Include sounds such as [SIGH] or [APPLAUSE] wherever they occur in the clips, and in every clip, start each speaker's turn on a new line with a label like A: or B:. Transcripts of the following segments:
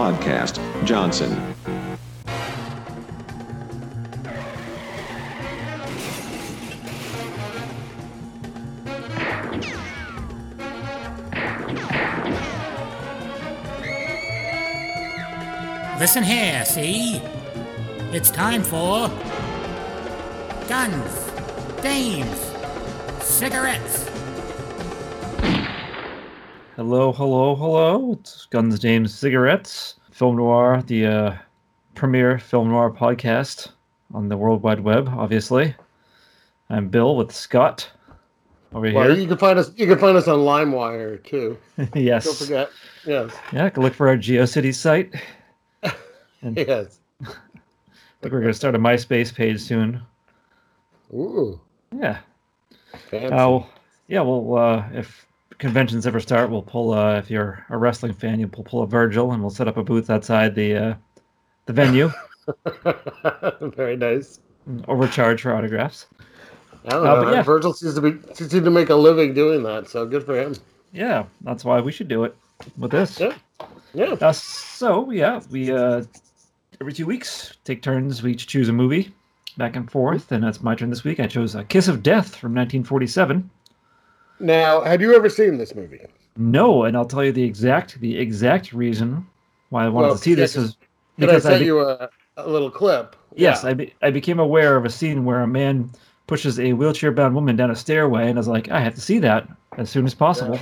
A: podcast, Johnson.
B: Listen here, see? It's time for guns, dames, cigarettes.
C: Hello, hello, hello. It's Guns, James, Cigarettes, Film Noir, the uh, premier film noir podcast on the World Wide Web, obviously. I'm Bill with Scott over
D: Well,
C: here. [LAUGHS]
D: you can find us. You can find us on LimeWire too.
C: yes.
D: Don't forget. Yes,
C: Yeah, go look for our GeoCity site. I
D: yes.
C: think we're going to start a MySpace page soon.
D: Ooh,
C: Yeah.
D: fancy.
C: Uh, well, yeah, well, uh, if conventions ever start, we'll pull, uh, if you're a wrestling fan, you'll pull, pull a Virgil and we'll set up a booth outside the, uh, the
D: [LAUGHS]
C: venue, Uh,
D: Very nice.
C: and overcharge for autographs.
D: I don't
C: Uh,
D: know.
C: but yeah.
D: Virgil seems to be seems to make a living doing that, so good for him.
C: Yeah, that's why we should do it with this.
D: Yeah. Yeah.
C: Uh, so yeah, we uh, every two weeks take turns. We each choose a movie, back and forth, and that's my turn this week. I chose uh, Kiss of Death from 1947.
D: Now, have you ever seen this movie?
C: No, and I'll tell you the exact the exact reason why I wanted
D: Well,
C: to see this
D: yeah,
C: is
D: Did I
C: because I,
D: send
C: be-
D: you a, a little clip?
C: yes,
D: Yeah.
C: I, be- I became aware of a scene where a man pushes a wheelchair bound woman down a stairway, and I was like, I have to see that as soon as possible.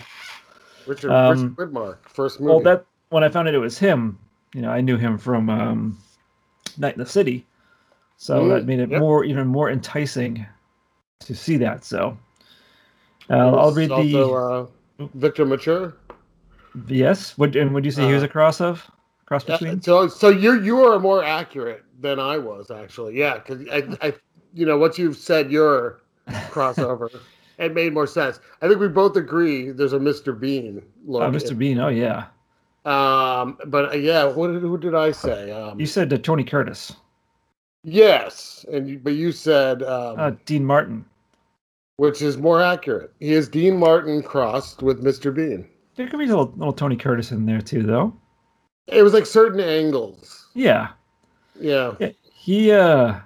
D: Richard,
C: um,
D: Richard Widmark, first movie.
C: Well, that when I found out it was him, you know, I knew him from um, Night in the City, so
D: Mm,
C: that made it
D: yep.
C: more even more enticing to see that. So uh, I'll read
D: also,
C: the
D: uh, Victor Mature.
C: yes. Would and would you say he was
D: uh,
C: a cross of cross
D: Yeah,
C: between?
D: so so you you are more accurate than I was actually. Yeah, because I, I you know what you've said your
C: [LAUGHS]
D: crossover it made more sense. I think we both agree there's a Mr. Bean look.
C: oh, Mr. Bean. Oh yeah,
D: Um, but uh, yeah, what did, who did I say? Um,
C: you said uh, Tony Curtis,
D: yes, and you, but you said um,
C: uh, Dean Martin.
D: which is more accurate. He is Dean Martin crossed with Mr. Bean.
C: There could be a little, little Tony Curtis in there too, though.
D: It was like certain angles.
C: Yeah,
D: Yeah,
C: Yeah, he uh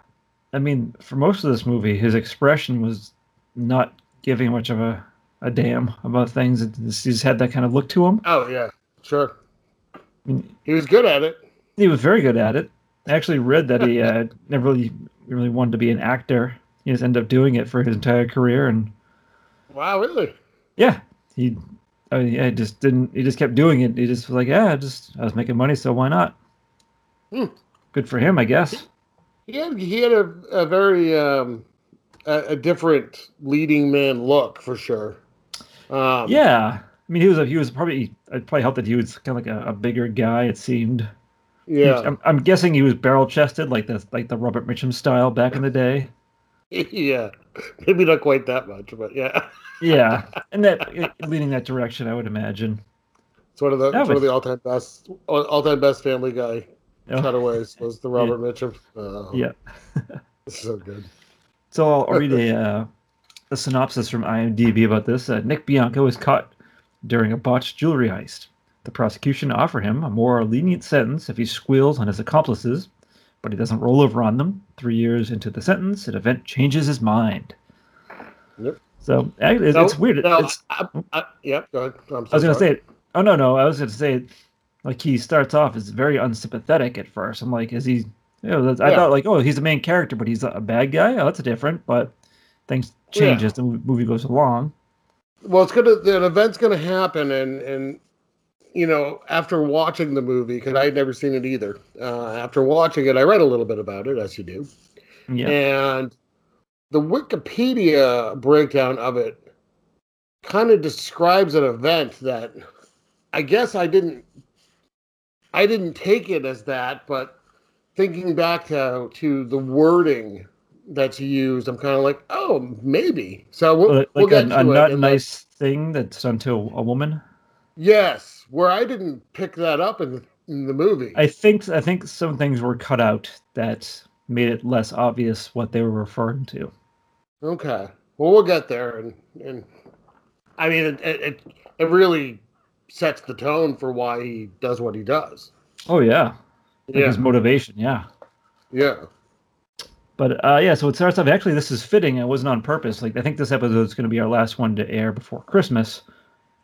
C: i mean for most of this movie his expression was not giving much of a a damn about things It- he just had that kind of look to him
D: Oh yeah, sure.
C: I mean,
D: He was good at it.
C: he was very good at it i actually read that he uh, never really really wanted to be an actor he just ended up doing it for his entire career and
D: Wow, really?
C: yeah he I mean, yeah, he just didn't. He just kept doing it. He just was like, "Yeah, I just I was making money, so why not?"
D: Hmm.
C: Good for him, I guess.
D: He had he had a, a very um, a, a different leading man look for sure. Um,
C: Yeah, I mean, he was a, he was probably it probably helped that he was kind of like a, a bigger guy. It seemed. He [LAUGHS] was-
D: yeah,
C: I'm, I'm guessing he was barrel chested, like the like the Robert Mitchum style back in the day.
D: [LAUGHS] yeah. Maybe not quite that much, but yeah, [LAUGHS]
C: Yeah, and that it- leading that direction, I would imagine.
D: it's one of the
C: That
D: it's one
C: was-
D: of the all time best all time best Family Guy
C: Oh.
D: cutaways
C: [LAUGHS]
D: was the Robert Mitchum. Oh,
C: Yeah.
D: so good.
C: So I'll, I'll read a uh, a synopsis from IMDb about this. Uh, Nick Bianco is caught during a botched jewelry heist. The prosecution offer him a more lenient sentence if he squeals on his accomplices, but he doesn't roll over on them. Three years into the sentence, an event changes his mind.
D: Yep.
C: So I- it's, it's weird.
D: No,
C: It's-
D: I, I, yep. Go ahead. I'm so
C: I was gonna
D: sorry.
C: say, oh no, no, I was gonna say, like he starts off as very unsympathetic at first. I'm like, is he? You know, that's, I
D: Yeah.
C: thought like, oh, he's the main character, but he's a bad guy. Oh, that's different. But things change
D: Yeah.
C: as the movie goes along.
D: well it's gonna the event's gonna happen and and you know after watching the movie because i had never seen it either uh, after watching it i read a little bit about it as you do
C: Yeah,
D: and the wikipedia breakdown of it kind of describes an event that i guess i didn't i didn't take it as that but thinking back to to the wording that's used i'm kind of like oh maybe so we'll,
C: like,
D: we'll
C: like
D: get
C: a,
D: to
C: a
D: it
C: not
D: and then-
C: nice thing that's done to a woman.
D: Yes, where I didn't pick that up in the, in the movie.
C: I think I think some things were cut out that made it less obvious what they were referring to.
D: okay, well we'll get there, and and I mean it it, it really sets the tone for why he does what he does.
C: Oh yeah, like
D: Yeah.
C: his motivation. Yeah.
D: Yeah.
C: But uh, yeah, so it starts off. Actually, this is fitting. It wasn't on purpose. Like I think this episode is going to be our last one to air before Christmas.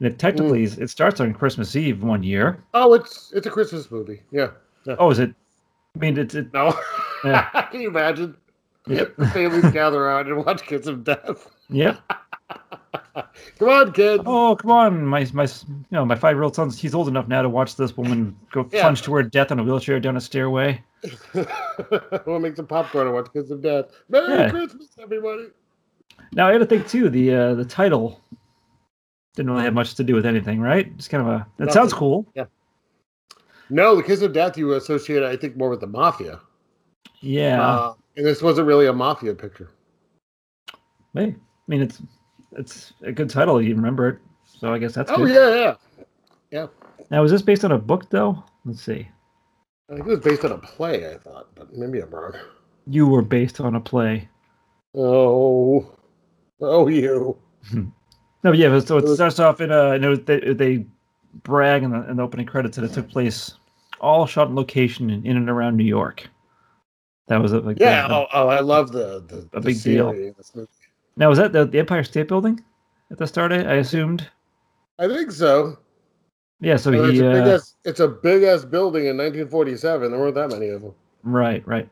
C: And it
D: Mm.
C: technically is, it starts on Christmas Eve one year.
D: Oh, it's it's a Christmas movie. Yeah.
C: Oh, is it? I mean, it's it,
D: No. [LAUGHS]
C: Yeah.
D: Can you imagine?
C: Yep.
D: The [LAUGHS] families gather around and watch Kids of Death.
C: yeah.
D: Come on, kids.
C: Oh, come on, my my you know my five year old son. He's old enough now to watch this woman go
D: Yeah.
C: plunge toward death on a wheelchair down a stairway.
D: [LAUGHS] we'll make some popcorn and watch Kids of Death. Merry
C: Yeah.
D: Christmas, everybody.
C: Now I had to think too. The uh, the title didn't really have much to do with anything, right? Just kind of a. It sounds
D: Nothing.
C: cool.
D: No, the Kids of Death you associate, I think, more with the mafia.
C: Yeah.
D: Uh, and this wasn't really a mafia picture.
C: Hey, I mean it's it's a good title. You remember it, so I guess that's
D: Oh
C: good.
D: yeah, yeah.
C: Now is this based on a book though? Let's see.
D: I think it was based on a play, I thought, but maybe I'm wrong.
C: You were based on a play.
D: Oh, oh, you.
C: No, yeah. but So it
D: It was-
C: starts off in a. You know, they, they brag in the, in the opening credits that it took place all shot in location in, in and around New York. That was it. Like
D: Yeah.
C: the-
D: Oh, oh, I love the the,
C: A
D: the
C: big deal.
D: scenery in this movie.
C: Now was that the, the Empire State Building at the start? I, I assumed.
D: I think so.
C: Yeah. So
D: But
C: he.
D: it's, a big
C: uh,
D: ass, it's a big ass building in 1947. There weren't that many of them.
C: Right, right.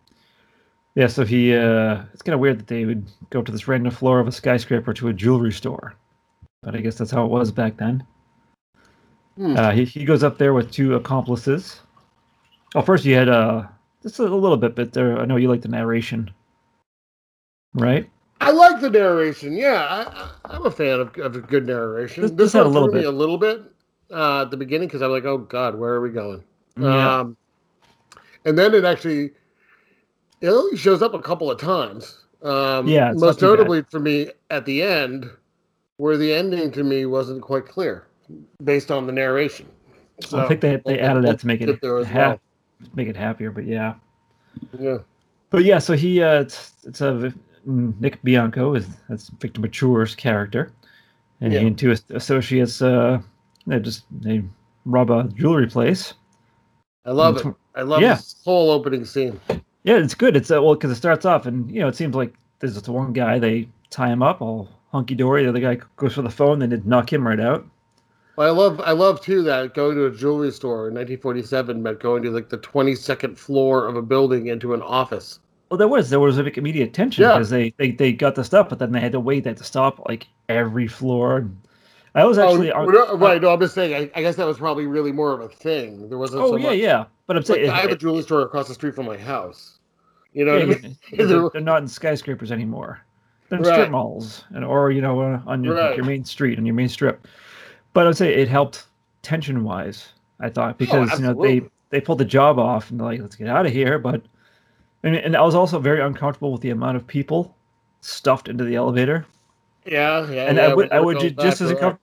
C: Yeah, so he uh it's kinda weird that they would go to this random floor of a skyscraper to a jewelry store. But I guess that's how it was back then.
D: Hmm.
C: Uh, he, he goes up there with two accomplices. Oh, first you had uh just a little bit, but there I know you like the narration. Right?
D: I like the narration. Yeah, I, I, I'm a fan of, of good narration.
C: This- this
D: This,
C: had
D: one
C: a little
D: threw me
C: bit.
D: a little bit uh, at the beginning because I'm like, oh god, where are we going?
C: Yeah.
D: Um, and then it actually it only shows up a couple of times. Um,
C: Yeah, it's not
D: most
C: too bad.
D: notably for me at the end, where the ending to me wasn't quite clear based on the narration. So
C: I think they they added that to make it
D: Get there as
C: hap- make it happier, but yeah.
D: yeah.
C: But yeah, so he uh, it's, it's a mm, Nick Bianco is that's Victor Mature's character, and
D: Yeah.
C: he and two as- associates uh, they just they rob a jewelry place.
D: I love it. I love
C: Mm, Yeah.
D: this whole opening scene.
C: Yeah, it's good. It's uh, well because it starts off and you know it seems like there's just one guy they tie him up all hunky dory. The other guy goes for the phone, they did knock him right out.
D: Well, I love I love too that going to a jewelry store in 1947 meant going to like the 22nd floor of a building into an office.
C: Well, there was there was like immediate tension
D: Yeah.
C: because they, they they got the stuff, but then they had to wait. They had to stop like every floor. I was actually
D: oh, no, right? No, I'm just saying. I, I guess that was probably really more of a thing. There wasn't.
C: Oh
D: so
C: yeah,
D: much.
C: yeah. But I'm
D: Like,
C: saying
D: I have a jewelry store across the street from my house. You know
C: Yeah,
D: [LAUGHS] what I
C: yeah,
D: mean?
C: yeah,
D: There
C: they're,
D: were-
C: they're not in skyscrapers anymore. They're in
D: Right.
C: strip malls, and or you know uh, on your, like,
D: Right.
C: your main street on your main strip. But I'd say it helped tension wise. I thought because you know they
D: Oh, absolutely.
C: they pulled the job off and they're like let's get out of here. But and, and I was also very uncomfortable with the amount of people stuffed into the elevator.
D: Yeah, yeah.
C: And
D: yeah,
C: I would I
D: we're
C: would ju-
D: going
C: just as
D: back to that.
C: uncomfortable.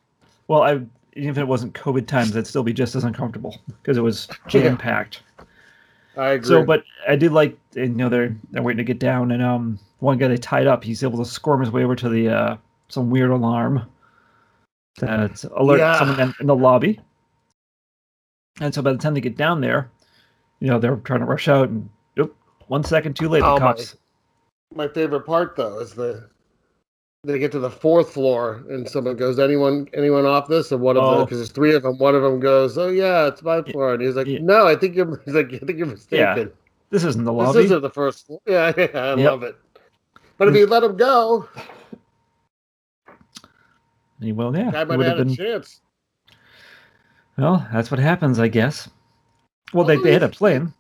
C: Well, I even if it wasn't COVID times, I'd still be just as uncomfortable because it
D: [LAUGHS]
C: was jam packed.
D: I agree.
C: So, but I did like you know they're they're waiting to get down, and um one guy they tied up, he's able to squirm his way over to the uh some weird alarm that alert
D: Yeah.
C: someone in, in the lobby. And so by the time they get down there, you know they're trying to rush out, and nope, one second too late, the
D: Oh, my.
C: cops.
D: my favorite part though is the they get to the fourth floor and someone goes, anyone anyone off this? And one of
C: Oh.
D: them, because there's three of them, one of them goes, oh yeah, it's my floor, and he's like,
C: Yeah.
D: no, I think you're [LAUGHS] he's like, I think you're mistaken.
C: This isn't the
D: This
C: lobby.
D: isn't the first floor. [LAUGHS] Yeah, yeah, I
C: Yep.
D: love it. But if he let him
C: [LAUGHS]
D: go,
C: And he- well, yeah,
D: I
C: it
D: might
C: would
D: have
C: have
D: had
C: been.
D: a chance.
C: Well, that's what happens, I guess. Well, they,
D: Oh,
C: they had
D: yeah.
C: a plan.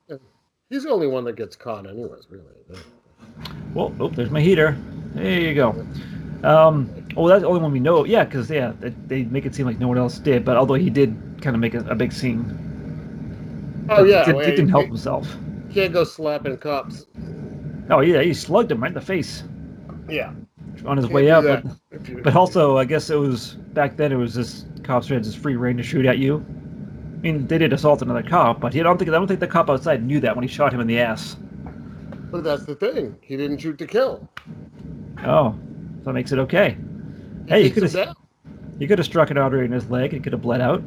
D: He's the only one that gets caught, anyways.
C: [LAUGHS]
D: Really,
C: Well, oh, there's my heater. There you go. Um, well, that's the only one we know. Yeah, because yeah, they, they make it seem like no one else did. But although he did kind of make a, a big scene,
D: oh yeah,
C: he, did,
D: well,
C: he didn't help
D: you
C: himself.
D: Can't go slapping cops.
C: Oh yeah, he slugged him right in the face
D: Yeah,
C: on his
D: can't
C: way
D: do
C: out.
D: that
C: But,
D: if you-
C: [LAUGHS] but also, I guess it was back then. It was just cops had just free reign to shoot at you. I mean, they did assault another cop, but he, I don't think I don't think the cop outside knew that when he shot him in the ass.
D: but that's the thing. He didn't shoot to kill.
C: Oh, so that makes it okay.
D: He
C: Hey, you
D: takes him
C: could've-
D: down.
C: He could have struck an artery in his leg and could have bled out.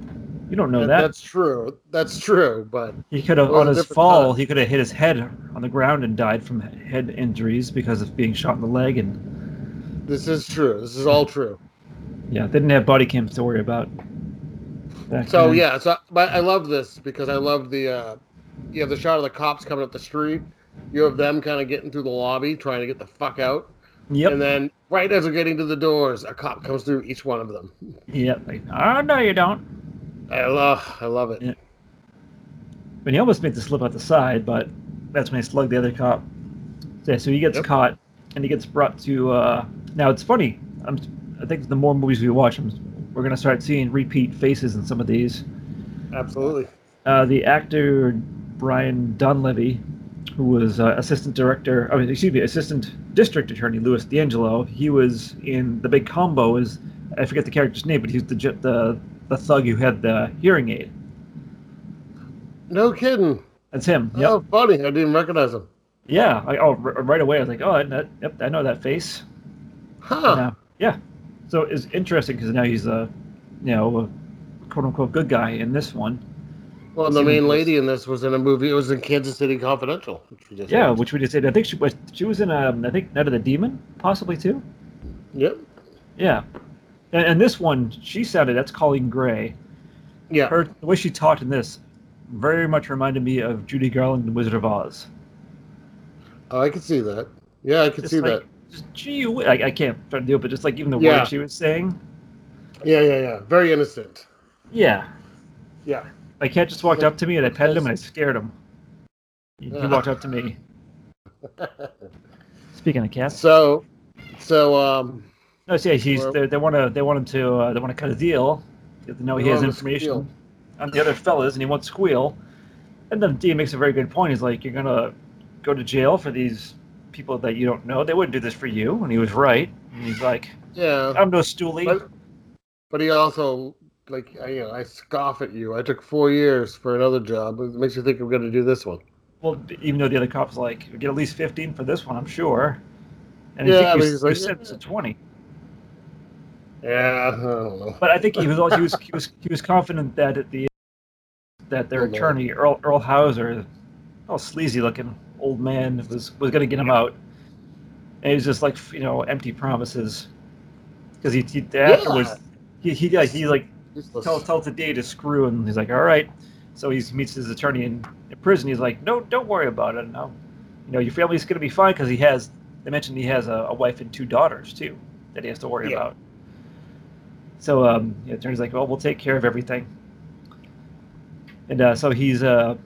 C: You don't know
D: That-
C: that.
D: That's true. That's true. But
C: He could have,
D: It was
C: on
D: a
C: his
D: different
C: fall,
D: time.
C: he could have hit his head on the ground and died from head injuries because of being shot in the leg. And
D: this is true. This is all true.
C: yeah, they didn't have body cams to worry about. back
D: So
C: then.
D: yeah. So but I love this because I love the. Uh, you have the shot of the cops coming up the street. You have them kind of getting through the lobby trying to get the fuck out. And
C: Yep.
D: then right as they're getting to the doors, a cop comes through each one of them.
C: Yep. Like, oh, no, you don't.
D: I love. I love it.
C: Yeah. But he almost made the slip out the side, but that's when he slugged the other cop. So, yeah, so he gets
D: Yep.
C: caught and he gets brought to. Uh... Now, it's funny. I'm, I think the more movies we watch, I'm, we're going to start seeing repeat faces in some of these.
D: Absolutely.
C: uh, the actor Brian Dunleavy, who was uh, assistant director, I mean, excuse me, assistant district attorney Louis D'Angelo. He was in the big combo. Is I forget the character's name, but he's the ju- the the thug who had the hearing aid.
D: No kidding.
C: That's him. Yep.
D: Oh, funny. I didn't recognize him.
C: Yeah. I, oh, r- right away I was like, oh, I know, yep, I know that face.
D: Huh.
C: Now- yeah. So it's interesting because now he's a, you know, a quote unquote good guy in this one.
D: Well, the main lady in this was in a movie. It was in Kansas City Confidential. which we just
C: Yeah,
D: watched.
C: which we just did. I think she was she was in um, I think Night of the Demon possibly too.
D: Yep.
C: Yeah, and, and this one, she sounded. That's Colleen Gray.
D: Yeah.
C: Her the way she talked in this very much reminded me of Judy Garland in Wizard of Oz.
D: Oh, I could see that. Yeah, I could
C: Just
D: see
C: like, Just gee, whi- I, I can't try to do it, but just like even the
D: Yeah.
C: words she was saying.
D: that. Yeah, yeah, yeah. Very innocent.
C: Yeah,
D: Yeah.
C: my cat just walked up to me and I petted him and I scared him. He, he
D: [LAUGHS] Yeah.
C: walked up to me. Speaking of cats,
D: So, so um,
C: no, see, he's
D: Well-
C: they, they want to they want him to uh, they want to cut a deal. They know he
D: They
C: has
D: wanna
C: information
D: squeal.
C: on the other fellas, and he won't squeal. And then D makes a very good point. He's like, "You're gonna go to jail for these people that you don't know. They wouldn't do this for you." And he was right. And he's like,
D: Oh, yeah.
C: "I'm no stoolie."
D: But, but he also like I, you know I scoff at you. I took four years for another job. It makes you think I'm going to do this one.
C: well, even though the other cop's like, "You get at least 15 for this one, I'm sure." And
D: Yeah,
C: I
D: but
C: think he
D: he's
C: was,
D: like,
C: he sentenced to 20.
D: Yeah, I don't know.
C: But I think he was he was he was, he was confident that at the that their
D: Oh, Lord.
C: attorney Earl Earl Hauser, oh sleazy looking old man, was was going to get him out, and he was just like you know empty promises, because he, he afterwards he he like he like
D: Useless.
C: tells tells the day to screw and he's like all right, so he meets his attorney in, in prison. He's like no, don't worry about it. No, you know your family's going to be fine because he has they mentioned he has a, a wife and two daughters too that he has to worry
D: Yeah.
C: about. So um, the attorney's like, well, we'll take care of everything. And uh, so he's uh,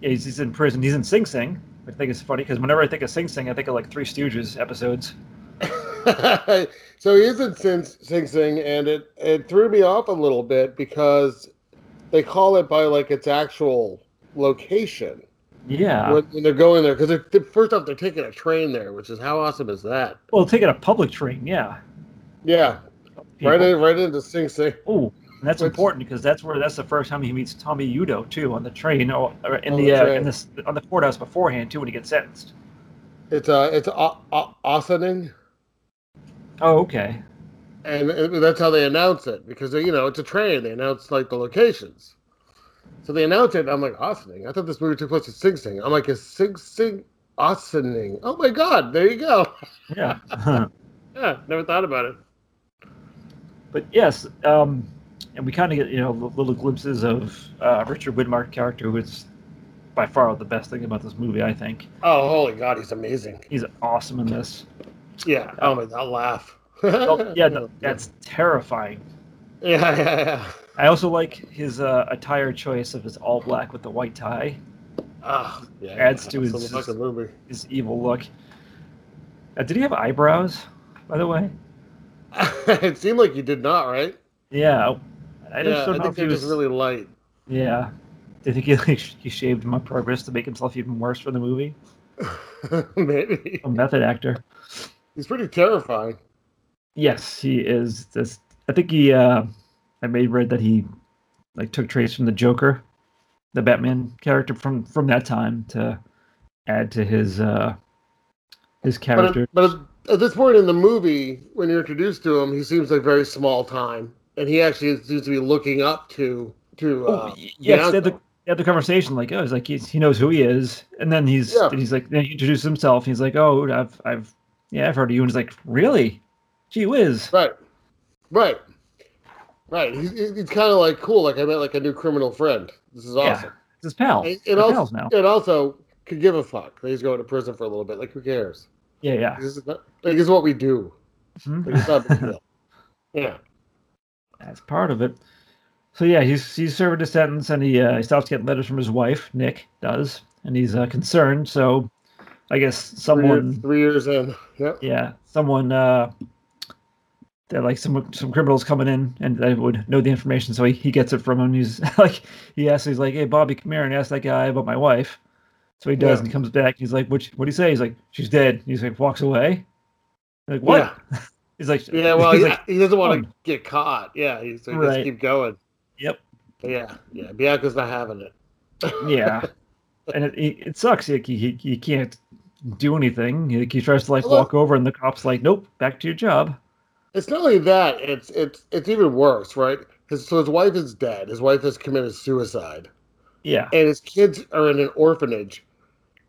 C: yeah, he's, he's in prison. He's in Sing Sing, which I think is funny because whenever I think of Sing Sing, I think of like Three Stooges episodes.
D: [LAUGHS] so he is in Sing, Sing Sing, and it, it threw me off a little bit because they call it by like its actual location
C: Yeah.
D: when, when they're going there. Because first off, they're taking a train there, which is how awesome is that?
C: Well, taking a public train, yeah.
D: Yeah, right, in, right into Sing Sing.
C: Oh, and that's
D: Which-
C: important because that's where that's the first time he meets Tommy Udo too on the train or, or in
D: On
C: the,
D: the
C: uh,
D: train.
C: in this on the courthouse beforehand too when he gets sentenced.
D: It's uh, it's a- a- Ossining,
C: Oh, okay.
D: and it- that's how they announce it because you know it's a train. They announce like the locations. So they announce it. and I'm like Ossining. I thought this movie took place in Sing Sing. I'm like, is Sing Sing Ossining? Oh my God! There you go. [LAUGHS]
C: Yeah. [LAUGHS]
D: Yeah, never thought about it.
C: but yes, um, and we kind of get you know li- little glimpses of uh, Richard Widmark's character, who is by far the best thing about this movie. I think
D: Oh, holy God, he's amazing.
C: he's awesome in
D: [LAUGHS]
C: this.
D: Yeah. Oh my, I'll laugh.
C: Oh, yeah,
D: [LAUGHS]
C: no, that's terrifying.
D: Yeah, yeah, yeah.
C: I also like his uh, attire choice of his all black with the white tie,
D: Oh, yeah.
C: Adds to his-
D: It's a fucking movie. [LAUGHS]
C: his evil look. Uh, did he have eyebrows, by the way?
D: it seemed like you did not, right?
C: Yeah, I just
D: yeah,
C: don't
D: I
C: know
D: think
C: if he
D: they're
C: was.
D: just really light.
C: Yeah, do you think he, [LAUGHS] like, sh- he shaved my progress to make himself even worse for the movie?
D: [LAUGHS] Maybe
C: A method actor.
D: he's pretty terrifying.
C: Yes, he is. This I think he. Uh, I may read that he like took traits from the Joker, the Batman character from from that time to add to his uh his
D: But,
C: character.
D: at, but at, at this point in the movie, when you're introduced to him, he seems like very small time, and he actually seems to be looking up to to
C: Oh,
D: uh,
C: y- yes, they had, the,
D: Bianco.
C: they had the conversation like, oh, it's like he's, he knows who he is, and then he's
D: Yeah.
C: he's like then he introduces himself. he's like, oh, I've I've yeah, I've heard of you, and he's like, really, gee whiz,
D: right, right, right. He's, he's kind of like cool. Like I met like a new criminal friend. This is
C: Yeah.
D: awesome.
C: it's his pal,
D: It,
C: They're
D: it also
C: pals now,
D: it also could give a fuck. that He's going to prison for a little bit. Like who cares?
C: yeah, yeah.
D: This is, not- like this is what we do.
C: Mhm.
D: Like, it's not a big deal. Yeah.
C: [LAUGHS] That's part of it. So yeah, he's he's served his sentence, and he uh, he stops getting letters from his wife. Nick does, and he's uh, concerned. So I guess
D: Three years-
C: someone
D: three years in. Yeah.
C: yeah, someone uh that like some some criminals coming in and they would know the information, so he, he gets it from him. He's [LAUGHS] like he asks, he's like, Hey Bobby, come here and ask that guy about my wife. So he does
D: Yeah.
C: and he comes back and he's like, What what do you say? He's like, She's dead. He's like walks away. Like, what? [LAUGHS] He's like
D: Yeah. yeah well,
C: he's
D: he,
C: like, [LAUGHS]
D: he doesn't want to
C: "Oh."
D: get caught. Yeah. He's so he
C: Right.
D: just keep going.
C: Yep.
D: Yeah. Yeah. Bianca's not having it.
C: Yeah. and it, it it sucks. Like, he, he he can't do anything. He, he tries to like
D: Well,
C: walk over and the cop's like, Nope, back to your job.
D: It's not only that. It's it's it's even worse, right? His, so his wife is dead. His wife has committed suicide,
C: Yeah.
D: and his kids are in an orphanage.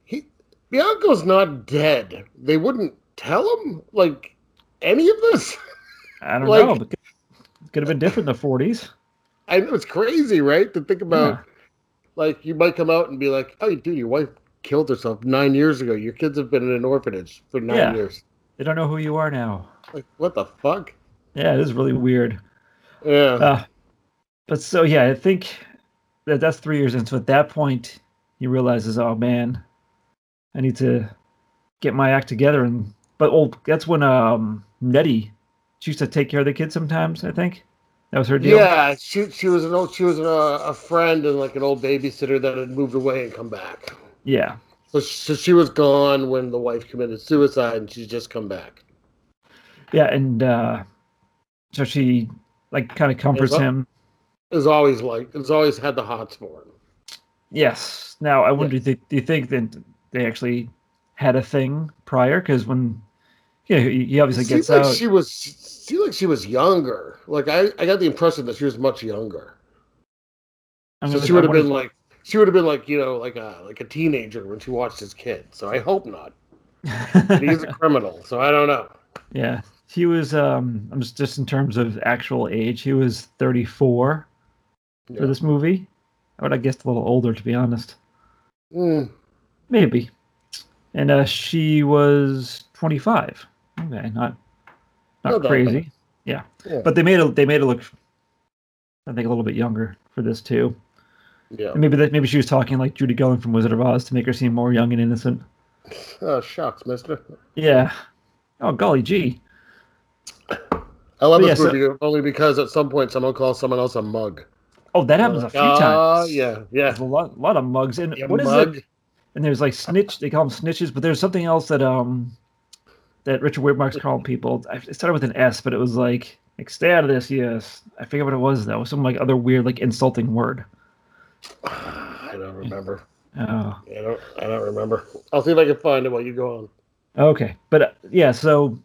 D: He Bianco's not dead. They wouldn't tell him like any of this. [LAUGHS]
C: I don't
D: like-
C: know, but could- could have been different in the forties.
D: I know it's crazy, right? To think about like you might come out and be like, "Oh, dude, your wife killed herself nine years ago. Your kids have been in an orphanage for nine
C: Yeah.
D: years.
C: They don't know who you are now.
D: Like, what the fuck?"
C: Yeah, it is really weird.
D: Yeah,
C: Uh, but so yeah, I think that that's three years in. So at that point, he realizes, oh man, I need to get my act together. And but oh, that's when um Nettie, she used to take care of the kids sometimes. I think that was her deal.
D: yeah. She she was an old she was a, a friend and like an old babysitter that had moved away and come back.
C: yeah.
D: So sh- so she was gone when the wife committed suicide, and she's just come back.
C: Yeah, and uh, so she like kind of comforts
D: well-
C: him.
D: Is always like has always had the hots for him.
C: Yes. Now I wonder. Do, you think, do you think that they actually had a thing prior? Because when yeah, he he obviously
D: Seems
C: gets
D: like
C: out.
D: she was seemed like she was younger. Like I I got the impression that she was much younger.
C: I'm
D: So
C: gonna-
D: she
C: I
D: would have
C: wonder-
D: been like she would have been like you know like a like a teenager when she watched his kid. So I hope not.
C: [LAUGHS]
D: But he's a criminal, so I don't know.
C: yeah, he was. Um, I'm just, just in terms of actual age, he was 34
D: Yeah.
C: for this movie. I would have guessed a little older, to be honest.
D: Mm,
C: Maybe. And uh, she was 25. Okay, not
D: Not
C: not
D: that
C: crazy. Yeah.
D: Yeah.
C: but they made it. They made it look, I think, a little bit younger for this too.
D: yeah.
C: And maybe that maybe she was talking like Judy Garland from Wizard of Oz to make her seem more young and innocent.
D: Oh shucks, Mister.
C: Yeah. Oh golly gee.
D: I love
C: But
D: this
C: yeah, so-
D: movie only because at some point someone calls someone else a mug.
C: Oh, that happens a few
D: Oh,
C: times.
D: yeah, yeah.
C: There's a lot, lot of mugs. And
D: You
C: what is
D: mug.
C: it? And there's like snitch. They call them snitches, but there's something else that um that Richard Widmark's calling people. I- It started with an S, but it was like like stay out of this. Yes, I forget what it was though. Some like other weird like insulting word.
D: I don't remember.
C: Oh,
D: I don't. I don't remember. I'll see if I can find it while you go on.
C: okay. But uh, yeah, so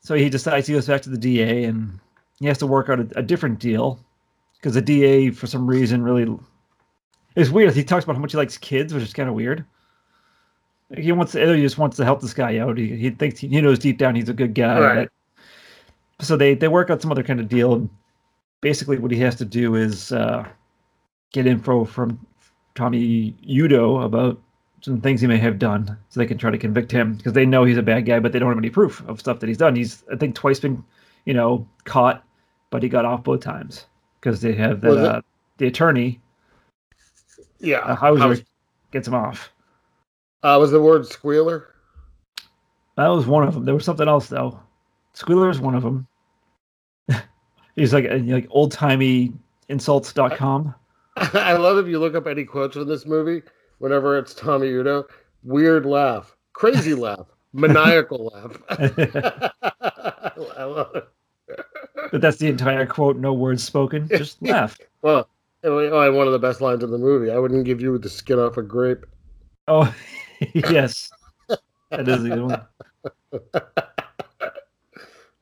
C: so he decides he goes back to the DA and he has to work out a, a different deal because the DA for some reason really it's weird. He talks about how much he likes kids, which is kind of weird. Like, He wants to, he just wants to help this guy out. He, he thinks he, he knows deep down he's a good guy.
D: Right.
C: So they they work out some other kind of deal. And basically, what he has to do is uh, get info from Tommy Udo about some things he may have done, so they can try to convict him because they know he's a bad guy, but they don't have any proof of stuff that he's done. He's I think twice been you know caught, but he got off both times because they have that,
D: Was it-
C: uh, the attorney
D: Yeah.
C: uh, Hauser
D: was,
C: gets him off.
D: uh, was the word squealer? [LAUGHS]
C: That was one of them. There was something else though. Squealer is one of them. [LAUGHS] He's like uh, like old timey insults.com.
D: I love if you look up any quotes from this movie. Whenever it's Tommy Udo, weird laugh,
C: [LAUGHS]
D: crazy laugh, maniacal laugh. [LAUGHS]
C: but
D: I love it.
C: that's the entire quote, no words
D: [LAUGHS]
C: spoken, just laugh.
D: Well, anyway, oh, and one of the best lines in the movie. I wouldn't give you the skin off a grape.
C: Oh [LAUGHS] yes. That is the good one.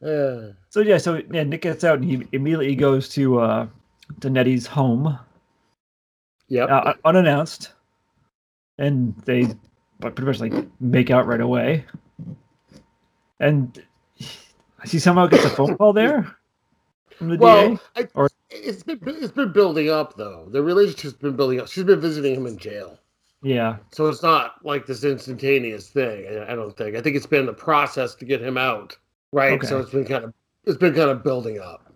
D: Yeah. Eh.
C: So yeah, so yeah, Nick gets out and he immediately goes to uh to Nettie's home
D: Yep.
C: uh, unannounced, and they but pretty much like make out right away. And she somehow gets a phone
D: [COUGHS]
C: call there from the DA.
D: well, I,
C: or-
D: it's been it's been building up though. The relationship's been building up. She's been visiting him in jail,
C: Yeah,
D: so it's not like this instantaneous thing. I- I don't think. I think it's been the process to get him out, right? So
C: Okay.
D: it's been kind of it's been kind of building up.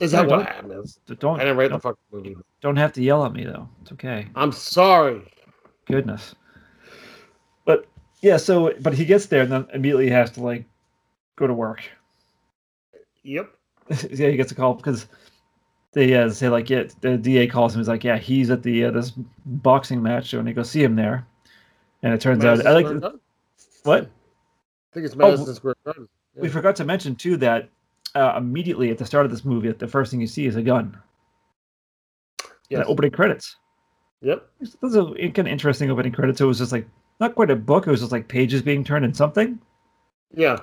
D: Is that
C: Yeah,
D: what
C: don't-
D: happened?
C: so
D: I
C: don't
D: didn't write the
C: don't,
D: fucking movie.
C: don't have to yell at me though. It's okay.
D: I'm sorry.
C: Goodness. But yeah, so but he gets there and then immediately has to like go to work.
D: Yep.
C: [LAUGHS] yeah, he gets a call because they uh, say like yeah, the DA calls him. He's like, yeah, he's at the uh, this boxing match, so, and he go see him there. And it turns out,
D: Madison
C: I like
D: Square Garden?
C: what Oh,
D: I think it's Madison Square Garden.
C: we forgot to mention too that uh, immediately at the start of this movie, the first thing you see is a gun.
D: Yes.
C: The opening credits.
D: Yep.
C: That's a kind of interesting opening credits. It was just like not quite a book. It was just like pages being turned in something.
D: Yeah.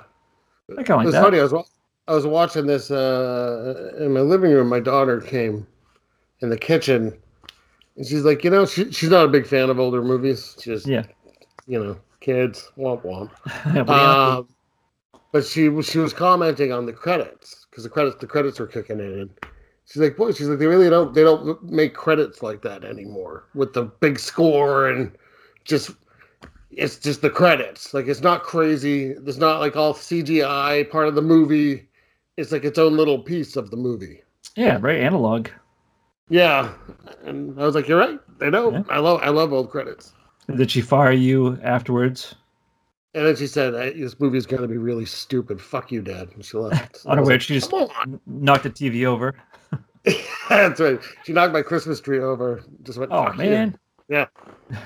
C: I kind of like
D: It was
C: that.
D: funny. I was wa- I was watching this uh, in my living room. My daughter came in the kitchen, and she's like, you know, she, she's not a big fan of older movies. She just,
C: Yeah.
D: you know, kids, womp womp.
C: [LAUGHS] But yeah.
D: Um, but she was she was commenting on the credits because the credits the credits were kicking in. She's like, boy, she's like, they really don't they don't make credits like that anymore with the big score and just it's just the credits. Like it's not crazy. There's not like all CGI part of the movie. It's like its own little piece of the movie.
C: yeah, very analog.
D: Yeah, and I was like, you're right. I know.
C: Yeah.
D: I love I love old credits.
C: Did she fire you afterwards
D: And then she said, "I- "This movie's gonna be really stupid. Fuck you, Dad." And she left.
C: [LAUGHS] on
D: I
C: a
D: was
C: way
D: like,
C: she just
D: Come on.
C: kn- knocked the TV over?
D: [LAUGHS] That's right. She knocked my Christmas tree over. Just went.
C: Oh
D: "Fuck you."
C: man.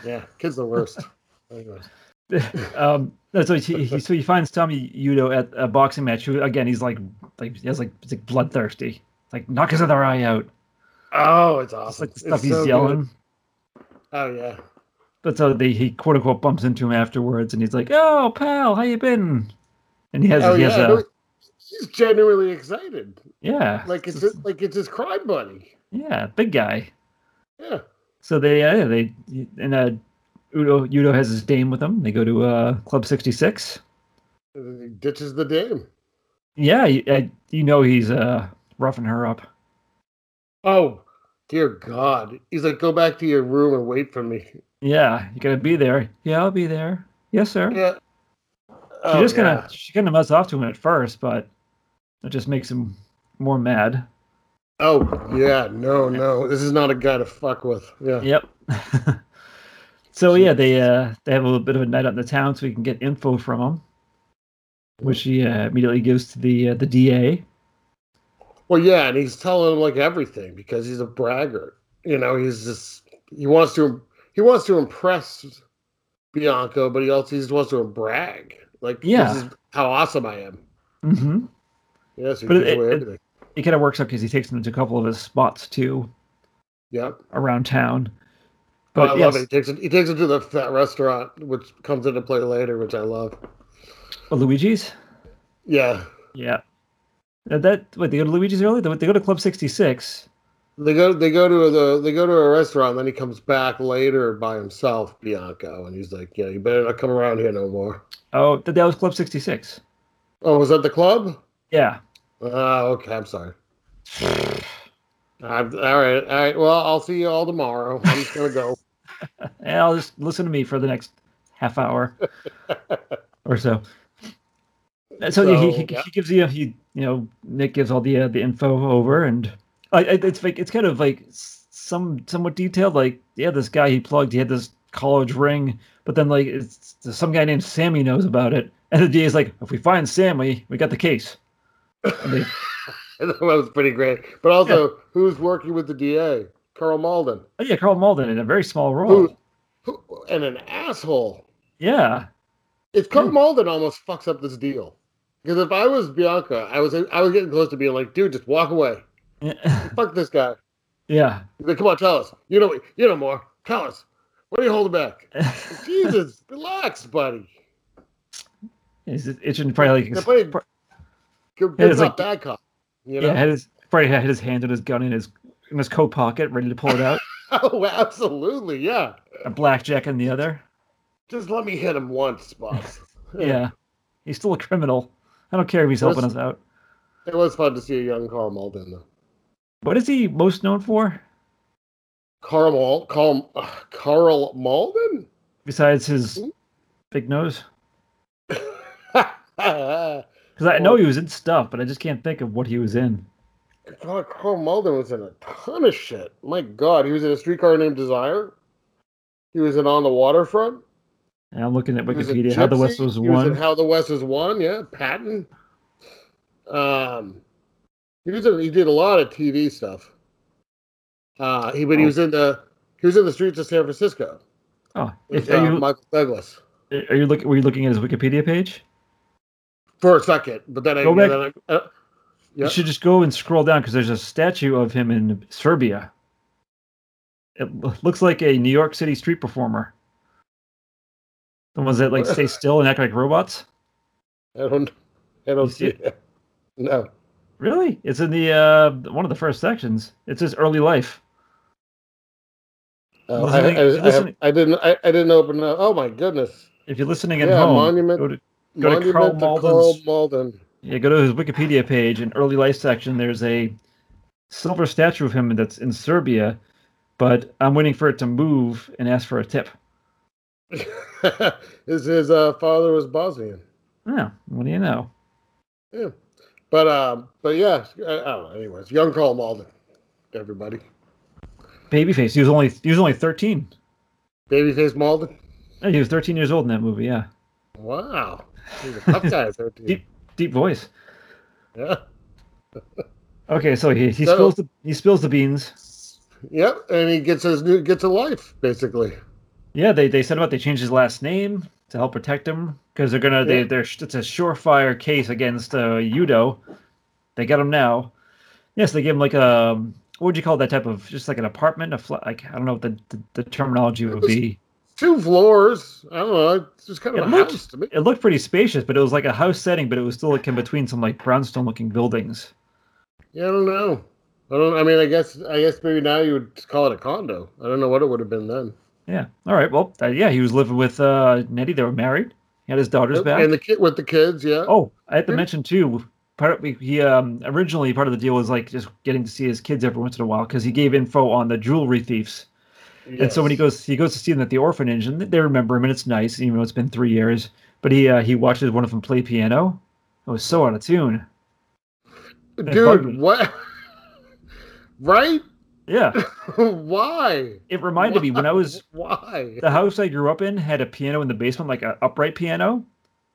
D: Yeah, kids the
C: [LAUGHS]
D: worst. Anyway.
C: um, no, so he, he so he finds Tommy Udo at a boxing match. Who again, he's like like he has like he's like bloodthirsty. Like knock his other eye out.
D: Oh, it's
C: It's
D: awesome.
C: like the stuff
D: It's
C: he's
D: so good.
C: yelling.
D: Oh yeah.
C: But so they, he quote unquote bumps into him afterwards, and he's like, "Oh pal, how you been?" And he has
D: Oh
C: he
D: yeah.
C: has
D: no,
C: a
D: he's genuinely excited.
C: yeah
D: Like it's
C: so-
D: his, like it's his crime buddy.
C: yeah big guy.
D: Yeah.
C: So they uh, yeah, they and uh, Udo Udo has his dame with him. They go to uh, Club Sixty Six.
D: And then he ditches the dame.
C: Yeah, you, uh, you know he's uh, roughing her up.
D: Oh dear God. He's like, go back to your room and wait for me.
C: Yeah, you gotta be there. Yeah, I'll be there. Yes, sir.
D: Yeah.
C: she
D: Oh,
C: just kind
D: yeah.
C: of she kind of muzz off to him at first, but it just makes him more mad.
D: Oh yeah. No, no. This is not a guy to fuck with. Yeah.
C: Yep. [LAUGHS] so yeah, they uh they have a little bit of a night out in the town, so we can get info from him, which he uh, immediately gives to the uh, the DA.
D: Well, yeah, and he's telling him like everything because he's a bragger. You know, he's just he wants to he wants to impress Bianco, but he also he just wants to brag. Like,
C: Yeah.
D: this is how awesome I am.
C: Mm-hmm.
D: Yes, he
C: But
D: gives
C: it-
D: away
C: it-
D: everything.
C: It kind of works out because he takes him to a couple of his spots too
D: Yep.
C: around town.
D: But Oh, I love it. He takes it. He takes it to the fat restaurant, which comes into play later, which I love.
C: oh, Luigi's.
D: Yeah,
C: Yeah. Uh, That wait, they go to Luigi's early. They they go to Club Sixty Six.
D: they go. They go to the. They go to a restaurant. And then he comes back later by himself, Bianco, and he's like, "Yeah, you better not come around here no more."
C: Oh, that, that was Club Sixty Six.
D: Oh, was that the club?
C: Yeah.
D: Oh, okay. I'm sorry. I'm, all right. All right. Well, I'll see you all tomorrow. I'm just going to go. [LAUGHS]
C: And I'll just listen to me for the next half
D: [LAUGHS]
C: hour or so. And So, yeah, he, he,
D: So, yeah.
C: he gives you he you know Nick gives all the uh, the info over and I, I, it's like it's kind of like s- some somewhat detailed like yeah this guy he plugged he had this college ring but then like it's some guy named Sammy knows about it and the DA is like if we find Sammy we got the case And they-
D: that was pretty great. But also, who's working with the DA? Carl Malden.
C: oh, yeah Carl Malden in a very small role
D: Who, who, and an asshole.
C: yeah [LAUGHS]
D: It's Carl
C: Hmm.
D: Malden almost fucks up this deal. Because if I was Bianca, I was I was getting close to being like, dude, just walk away. Fuck this guy.
C: yeah [LAUGHS]
D: He's like, come on, tell us. You know, you know more. Tell us. What are you holding back? Jesus, [LAUGHS] relax, buddy.
C: it's, it's probably
D: They're
C: like
D: playing good,
C: Yeah,
D: good
C: it's
D: cop,
C: like-
D: bad cop. You
C: Yeah,
D: know? [LAUGHS]
C: had his probably had his hand and his gun in his in his coat pocket, ready to pull it out.
D: Oh, absolutely, yeah.
C: A blackjack and the other.
D: Just let me hit him once, boss.
C: Yeah. He's still a criminal. I don't care if he's helping us out.
D: It was fun to see a young Carl Malden, though.
C: What is he most known for
D: Carl Mal- Carl, uh, Carl Malden? [LAUGHS]
C: besides his
D: Hmm?
C: big nose? Because I know
D: Well-
C: he was in stuff, but I just can't think of what he was in.
D: God, Carl Malden was in a ton of shit. My God, he was in a streetcar named Desire. He was in On the Waterfront.
C: And I'm looking at
D: He was in
C: Wikipedia. How the
D: Gypsy.
C: West was
D: He was in
C: won.
D: How the West was won. Yeah, Patton. Um, he was in, he did a lot of TV stuff. Uh, he but he was in the he was in the streets of San Francisco.
C: Oh,
D: With,
C: if- are
D: uh,
C: you
D: Michael Douglas
C: are you looking? Were you looking at his Wikipedia page?
D: for a second, but then I,
C: Go back-
D: then I uh, yeah.
C: You should just go and scroll down because there's a statue of him in Serbia. It lo- looks like a New York City street performer. The ones that like
D: [LAUGHS]
C: stay still and act like robots.
D: I don't I
C: You
D: don't
C: see
D: see it. No.
C: Really? It's in the uh one of the first sections. It says early life.
D: Uh, I,
C: Listening-
D: I, I, have,
C: listening-
D: I didn't. I, I didn't open up. Oh my goodness!
C: If you're listening at
D: Yeah,
C: home,
D: monument-
C: go to Go to Carl
D: Carl
C: Malden's-
D: Malden.
C: Yeah, go to his Wikipedia page in early life section. There's a silver statue of him that's in Serbia, but I'm waiting for it to move and ask for a tip.
D: [LAUGHS] his his uh, father was Bosnian.
C: Oh, what do you know?
D: Yeah, but um, but yeah, I, I don't know. Anyways, young Carl Malden, everybody,
C: Babyface. He was only he was only 13.
D: babyface Malden.
C: Yeah, Oh, He was 13 years old in that movie. Yeah,
D: Wow, he's a tough guy
C: [LAUGHS]
D: at thirteen.
C: deep deep voice.
D: Yeah.
C: Okay, so he, he
D: So-
C: spills the he spills the beans.
D: Yep, and he gets his new gets a life basically.
C: Yeah, they they said about they changed his last name to help protect him because they're gonna they
D: Yeah.
C: they're it's a surefire case against uh, Udo. They got him now. Yes, they gave him like a what would you call that type of just like an apartment? A flat, like I don't know what the, the, the terminology would be.
D: Two floors. I don't know. It's just kind of
C: It
D: a
C: looked-
D: house to me.
C: It looked pretty spacious, but it was like a house setting, but it was still like in between some like brownstone looking buildings.
D: Yeah, I don't know. I don't. I mean, I guess I guess maybe now you would just call it a condo. I don't know what it would have been then.
C: Yeah. All right. Well, uh, yeah, he was living with uh, Nettie. They were married. He had his daughters back.
D: And the kid with the kids, yeah.
C: Oh, I had to
D: Yeah.
C: mention too. Part of, he um originally part of the deal was like just getting to see his kids every once in a while because he gave info on the jewelry thieves. And so when he
D: Yes.
C: goes, he goes to see them at the orphanage, and they remember him, and it's nice, even though it's been three years. But he uh, he watches one of them play piano. It was so out of tune. bugged me.
D: dude, what? [LAUGHS] right? [LAUGHS]
C: Yeah,
D: Why?
C: it reminded me when I was
D: Why?
C: the house I grew up in had a piano in the basement, like an upright piano,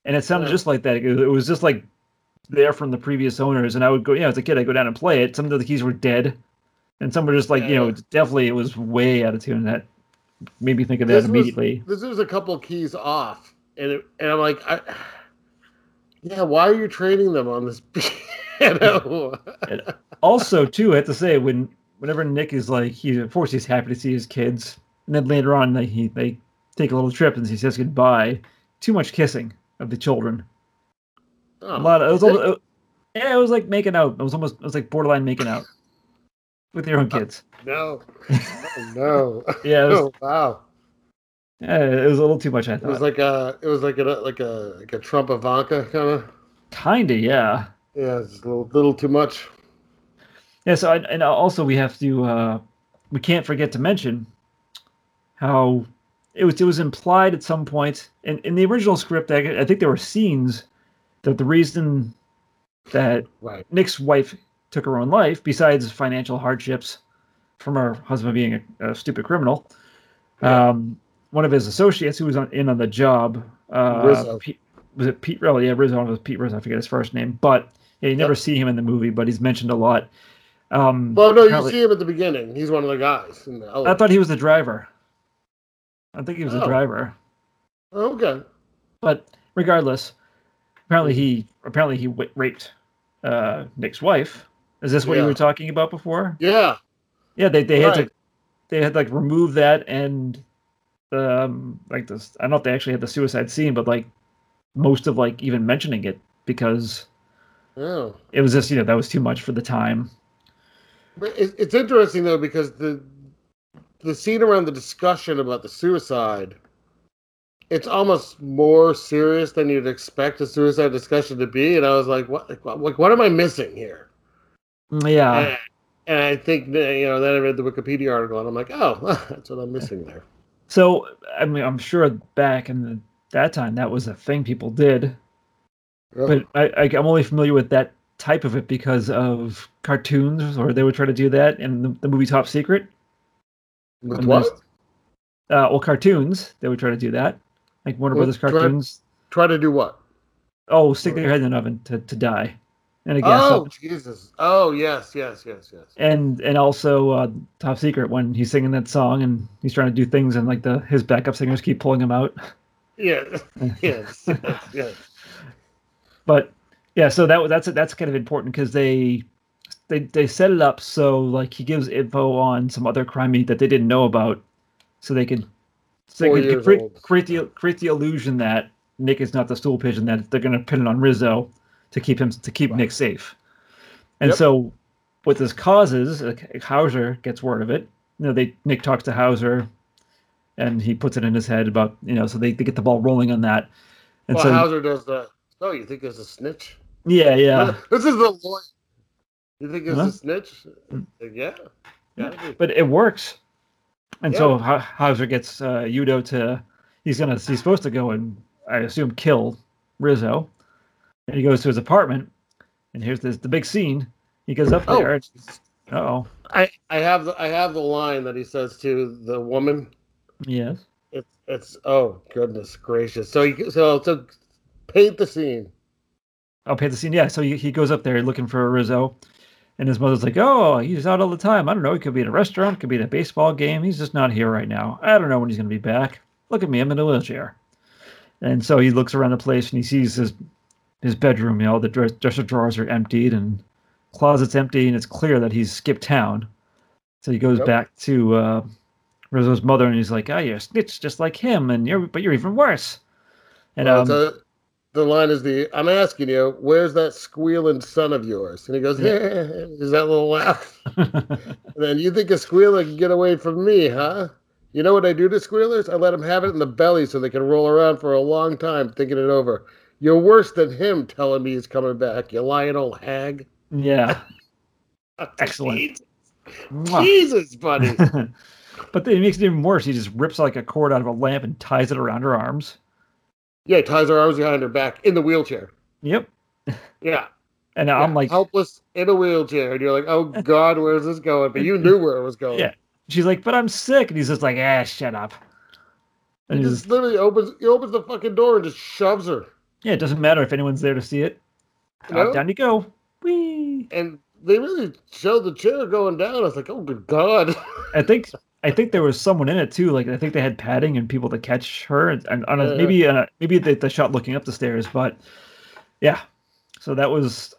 C: and it sounded
D: Yeah.
C: just like that. It, it was just like there from the previous owners, and I would go, you know, as a kid, I'd go down and play it. Some of the keys were dead, and some were just like, you know,
D: Yeah.
C: definitely it was way out of tune. That made me think of that
D: This was-
C: immediately.
D: This was a couple keys off, and it, and I'm like, I, yeah, why are you training them on this [LAUGHS] piano?
C: also, too, I have to say, when whenever Nick is like, he of course he's happy to see his kids, and then later on, they he, they take a little trip and he says goodbye. Too much kissing of the children.
D: Oh,
C: a lot of it was,
D: is
C: almost, it, yeah, it was like making out. It was almost it was like borderline making out with your own kids.
D: it- no, Oh, no,
C: [LAUGHS] Yeah, it was,
D: [LAUGHS] oh wow,
C: yeah, it was a little too much. I
D: it was
C: thought,
D: like a, it was like a, like a, like a Trump Ivanka kind of.
C: kinda, yeah,
D: Yeah, it's a little, little too much.
C: yeah. So I, and also we have to uh, we can't forget to mention how it was it was implied at some point in, in the original script. I, I think there were scenes that the reason that
D: Right.
C: Nick's wife took her own life, besides financial hardships from her husband being a, a stupid criminal. Um, one of his associates who was on, in on the job, uh,
D: Rizzo.
C: Pete, was it Pete Rizzo? Yeah, Rizzo was Pete Rizzo. I forget his first name, but yeah, you never
D: Yep.
C: see him in the movie, but he's mentioned a lot. Um,
D: Well, no, you
C: Probably-
D: see him at the beginning. He's one of the guys. In the
C: I thought he was the driver. I think he was the
D: Oh.
C: driver.
D: okay.
C: but regardless, apparently he apparently he w- raped uh, Nick's wife. Is this what you
D: Yeah.
C: were talking about before?
D: Yeah.
C: Yeah, they they had
D: Right.
C: to they had to, like remove that and um like this. I don't know if they actually had the suicide scene, but like most of like even mentioning it because
D: Oh.
C: it was just you know that was too much for the time.
D: But it, it's interesting though because the the scene around the discussion about the suicide, it's almost more serious than you'd expect a suicide discussion to be. And I was like, what? Like, what, what am I missing here?
C: Mm, Yeah.
D: and, and I think that, you know. Then I read the Wikipedia article, and I'm like, oh, [LAUGHS] that's what I'm missing there.
C: So I mean, I'm sure back in the, that time that was a thing people did,
D: Yeah.
C: but I, I I'm only familiar with that type of it because of cartoons, or they would try to do that in the, the movie Top Secret.
D: With
C: when
D: what?
C: there's- Uh, well, cartoons they would try to do that, like Warner
D: Well,
C: Brothers
D: try-
C: cartoons.
D: Try to do what?
C: Oh, stick their head in an oven to, to die, and a gas
D: Oh
C: oven.
D: Jesus! Oh yes, yes, yes, yes.
C: and and also uh, Top Secret when he's singing that song and he's trying to do things and like the his backup singers keep pulling him out. [LAUGHS]
D: Yes, [LAUGHS] yes, yes, yes.
C: But yeah, so that that's that's kind of important because they they they set it up so like he gives info on some other crime that they didn't know about, so they could so
D: Four
C: they could
D: years
C: create,
D: old.
C: create the create the illusion that Nick is not the stool pigeon that they're going to pin it on Rizzo to keep him to keep Nick safe, and
D: Yep.
C: so what this causes, like, Hauser gets word of it. You know, they Nick talks to Hauser, and he puts it in his head about you know, so they, they get the ball rolling on that, [LAUGHS] and
D: Well,
C: so
D: Hauser does the. Oh, you think there's a snitch?
C: yeah, yeah.
D: This is the lawyer. You think there's
C: Huh?
D: a snitch? Like, yeah.
C: Yeah,
D: gotta be.
C: but it works. And so Ha- Hauser gets uh, Udo to he's gonna he's supposed to go and I assume kill Rizzo, and he goes to his apartment, and here's this the big scene. He goes up
D: Oh.
C: there. and Oh,
D: I, I have the I have the line that he says to the woman.
C: yes,
D: It's it's oh goodness gracious. So you so so paint the scene.
C: I'll paint the scene. Yeah, so he, he goes up there looking for Rizzo, and his mother's like, "Oh, he's out all the time. I don't know. He could be at a restaurant, could be at a baseball game. He's just not here right now. I don't know when he's gonna be back. Look at me. I'm in a wheelchair." And so he looks around the place and he sees his his bedroom. You know, the dress, dresser drawers are emptied and closet's empty, and it's clear that he's skipped town. So he goes
D: Yep.
C: back to uh, Rizzo's mother and he's like, "Ah, you're a snitch just like him, and you're but you're even worse." And
D: Uh,
C: um,
D: so the line is the I'm asking you, where's that squealing son of yours? And he goes,
C: Yeah.
D: yeah. [LAUGHS] is that little laugh?
C: um,
D: And then you think a squealer can get away from me, huh? You know what I do to squealers? I let them have it in the belly so they can roll around for a long time thinking it over. You're worse than him telling me he's coming back, you lying old hag.
C: [LAUGHS] yeah, excellent.
D: Jesus,
C: Mwah.
D: Jesus, buddy.
C: [LAUGHS] but then it makes it even worse. He just rips like a cord out of a lamp and ties it around her arms.
D: yeah, he ties her arms behind her back in the wheelchair.
C: Yep.
D: Yeah.
C: And
D: yeah,
C: I'm like,
D: helpless in a wheelchair. And you're like, oh God, where's this going? But you knew where it was going.
C: Yeah. she's like, but I'm sick. And he's just like, ah, shut up. And
D: He
C: he's
D: just literally opens he opens the fucking door and just shoves her.
C: yeah, it doesn't matter if anyone's there to see it.
D: You
C: Uh,
D: know?
C: down you go. Whee.
D: And they really show the chair going down. I was like, oh good God. [LAUGHS]
C: I think I think there was someone in it too. Like I think they had padding and people to catch her. And, and on a,
D: Yeah.
C: maybe uh, maybe the, the shot looking up the stairs, but yeah. So that was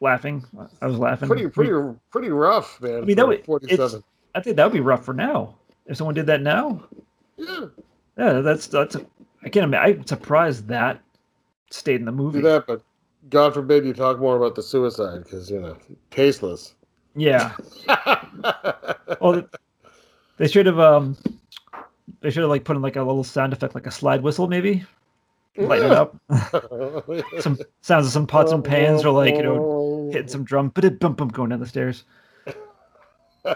C: laughing. I was laughing.
D: [LAUGHS] pretty pretty pretty rough, man.
C: I mean, that
D: for
C: would- it's-
D: 47.
C: I think that would be rough for now. If someone did that now,
D: Yeah,
C: yeah, that's that's. I can't imagine. I'm surprised that stayed in the movie.
D: do that, but God forbid you talk more about the suicide because you know
C: [LAUGHS]
D: tasteless.
C: Yeah.
D: yeah,
C: Well, they should have um, they should have like put in like a little sound effect, like a slide whistle, maybe lighten it up. Some sounds of some pots and pans, or like you know,
D: [LAUGHS]
C: hitting some drum, but it bump bump going down the stairs.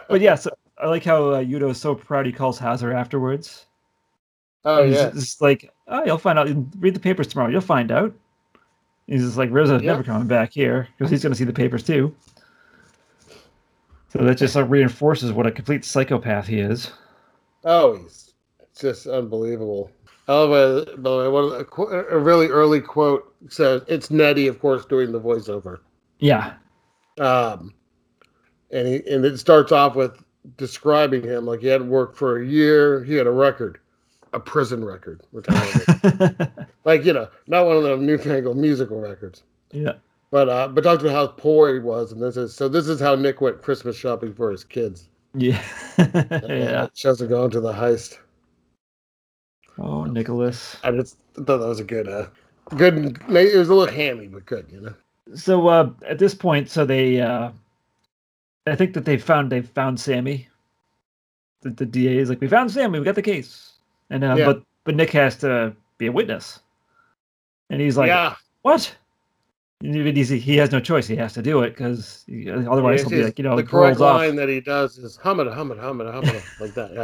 C: But yeah, so I like how uh, Yudo is so proud he calls Hazard afterwards.
D: Oh
C: he's
D: yeah,
C: just like, oh, you'll find out. Read the papers tomorrow. You'll find out. He's just like, Rizzo's
D: Yeah.
C: never coming back here because he's going to see the papers too. So that just like reinforces what a complete psychopath he is.
D: oh he's it's just unbelievable. Oh, by the- by the way, one of the, qu- a really early quote says it's Nettie, of course, doing the voiceover.
C: Yeah.
D: Um, and he and it starts off with describing him like he hadn't worked for a year. He had a record, a prison record. We're talking
C: [LAUGHS]
D: about. like you know, not one of them newfangled musical records.
C: [LAUGHS] yeah.
D: But uh, but talks about how poor he was, and this is so. This is how Nick went Christmas shopping for his kids. [LAUGHS]
C: Yeah. yeah.
D: shows him going to the heist.
C: [LAUGHS] Oh, Nicholas.
D: I just thought that was a good, uh, good. It was a little hammy, but good, you know.
C: So uh, at this point, so they, uh, I think that they found they found Sammy. the, the DA is like, "We found Sam. We've got the case." And uh,
D: Yeah.
C: but but Nick has to be a witness, and he's like,
D: yeah,
C: "What?" And he- he's- he has no choice. He has to do it because otherwise
D: It's-
C: he'll be
D: it's-
C: like, you know,
D: the
C: girls
D: correct
C: off.
D: line that he does is humada, humada, humada, humada, like that.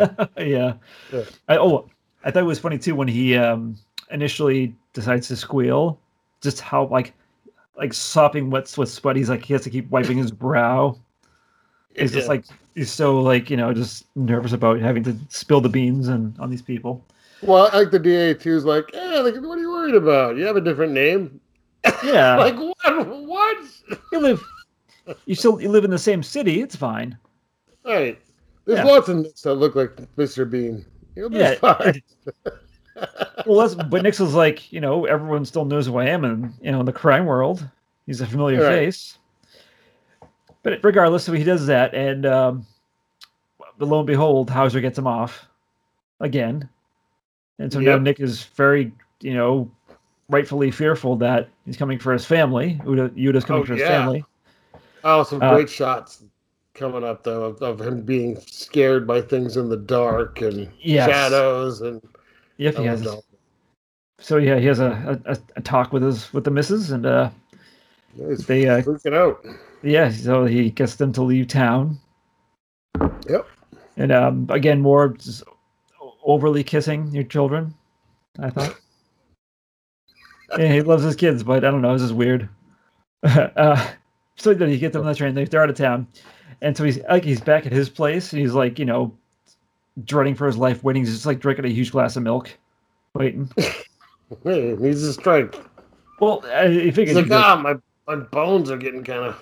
C: [LAUGHS]
D: Yeah.
C: yeah.
D: Yeah.
C: I, oh, I thought it was funny too when he um, initially decides to squeal, just how like like sopping wet with sweat. He's like he has to keep wiping his brow. [LAUGHS] It's just
D: Yeah.
C: like he's so like you know just nervous about having to spill the beans and on these people.
D: Well, I like the DA two's like, eh, like, what are you worried about? You have a different name.
C: Yeah,
D: Like what? What?
C: you live, you still you live in the same city. It's fine.
D: All right.
C: Yeah.
D: There's lots of nicks that look like Mr. Bean. You'll be
C: Yeah.
D: fine.
C: [LAUGHS] Well, that's but Nix was like you know everyone still knows who I am and you know in the crime world he's a familiar
D: Right.
C: face. But regardless, so he does that, and um, but lo and behold, Hauser gets him off again, and so now
D: Yep.
C: Nick is very, you know, rightfully fearful that he's coming for his family. Uda, Uda's coming
D: Oh,
C: for his
D: yeah.
C: family.
D: Oh, some
C: Uh,
D: great shots coming up though of, of him being scared by things in the dark and
C: Yes.
D: shadows and
C: Yep, he
D: I
C: has.
D: don't know.
C: So yeah, he has a, a, a talk with his with the missus, and uh,
D: He's
C: they uh,
D: freaking out.
C: yeah, so he gets them to leave town.
D: Yep.
C: And um, again, more just o- overly kissing your children. I
D: [LAUGHS]
C: thought. yeah, he loves his kids, but I don't know. This is weird. [LAUGHS] uh, so then he gets them on the train. they- They're out of town, and so he's like he's back at his place, and he's like you know, dreading for his life, waiting. He's just like drinking a huge glass of milk, waiting.
D: Hey, he needs a strike.
C: Well, I, he
D: He's
C: figured.
D: like,
C: he'd go-
D: ah, my, my bones are getting kind of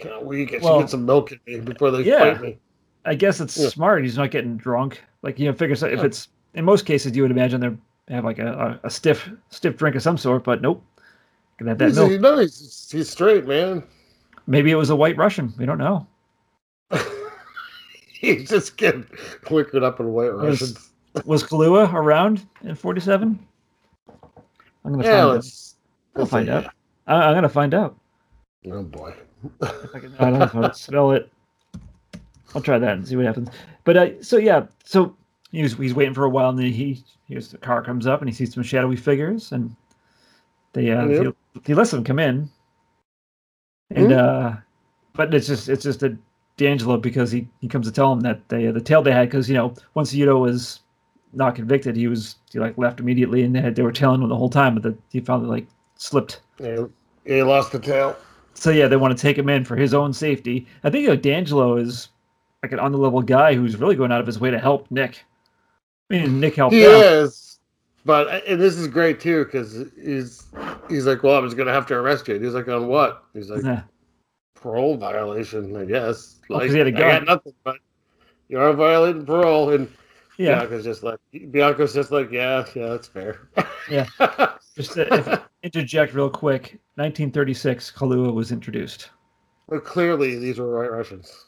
D: kind of weak. I should
C: Well,
D: get some milk in me before they
C: yeah.
D: fight me.
C: I guess it's
D: Yeah.
C: smart. He's not getting drunk. Like you know, figure so if
D: Yeah.
C: it's in most cases you would imagine they have like a, a, a stiff stiff drink of some sort, but nope. Gonna have that
D: He's,
C: milk.
D: you know, he's, he's straight, man.
C: Maybe it was a white Russian. We don't know.
D: [LAUGHS] he's just getting liquored up in white
C: Was-
D: Russians.
C: Was Kahlua around in '47? I'm gonna
D: Yeah,
C: find out.
D: let's,
C: I'll
D: let's
C: find
D: see.
C: out. I, I'm gonna find out.
D: Oh boy.
C: If I, can, I don't know if I'll spell it. I'll try that and see what happens. But uh, so yeah, so he was, he's waiting for a while, and then he here's the car comes up, and he sees some shadowy figures, and they uh,
D: Yep.
C: he, he lets them come in, and uh, but it's just it's just a D'Angelo because he he comes to tell him that they uh, the tale they had because you know once Udo was not convicted, he was he like left immediately, and they, had, they were telling him the whole time, but that he finally like slipped
D: Yeah, he lost the tail.
C: so yeah, they want to take him in for his own safety. I think you know, D'Angelo is like an on the level guy who's really going out of his way to help Nick. I mean, Nick helped
D: He
C: out.
D: is, but uh, and this is great too because he's he's like, well, I was gonna have to arrest you. And he's like, on what?
C: [LAUGHS]
D: He's like,
C: Yeah.
D: parole violation, I guess.
C: Oh, 'cause
D: Like,
C: he had a
D: I
C: gun.
D: got nothing, but you are violating parole. And
C: yeah,
D: Bianca's just like, Bianca's just like, yeah, yeah, that's fair. [LAUGHS]
C: Yeah. Just to if- interject real quick. 1936, Kahlua was introduced.
D: but clearly, these were white Russians.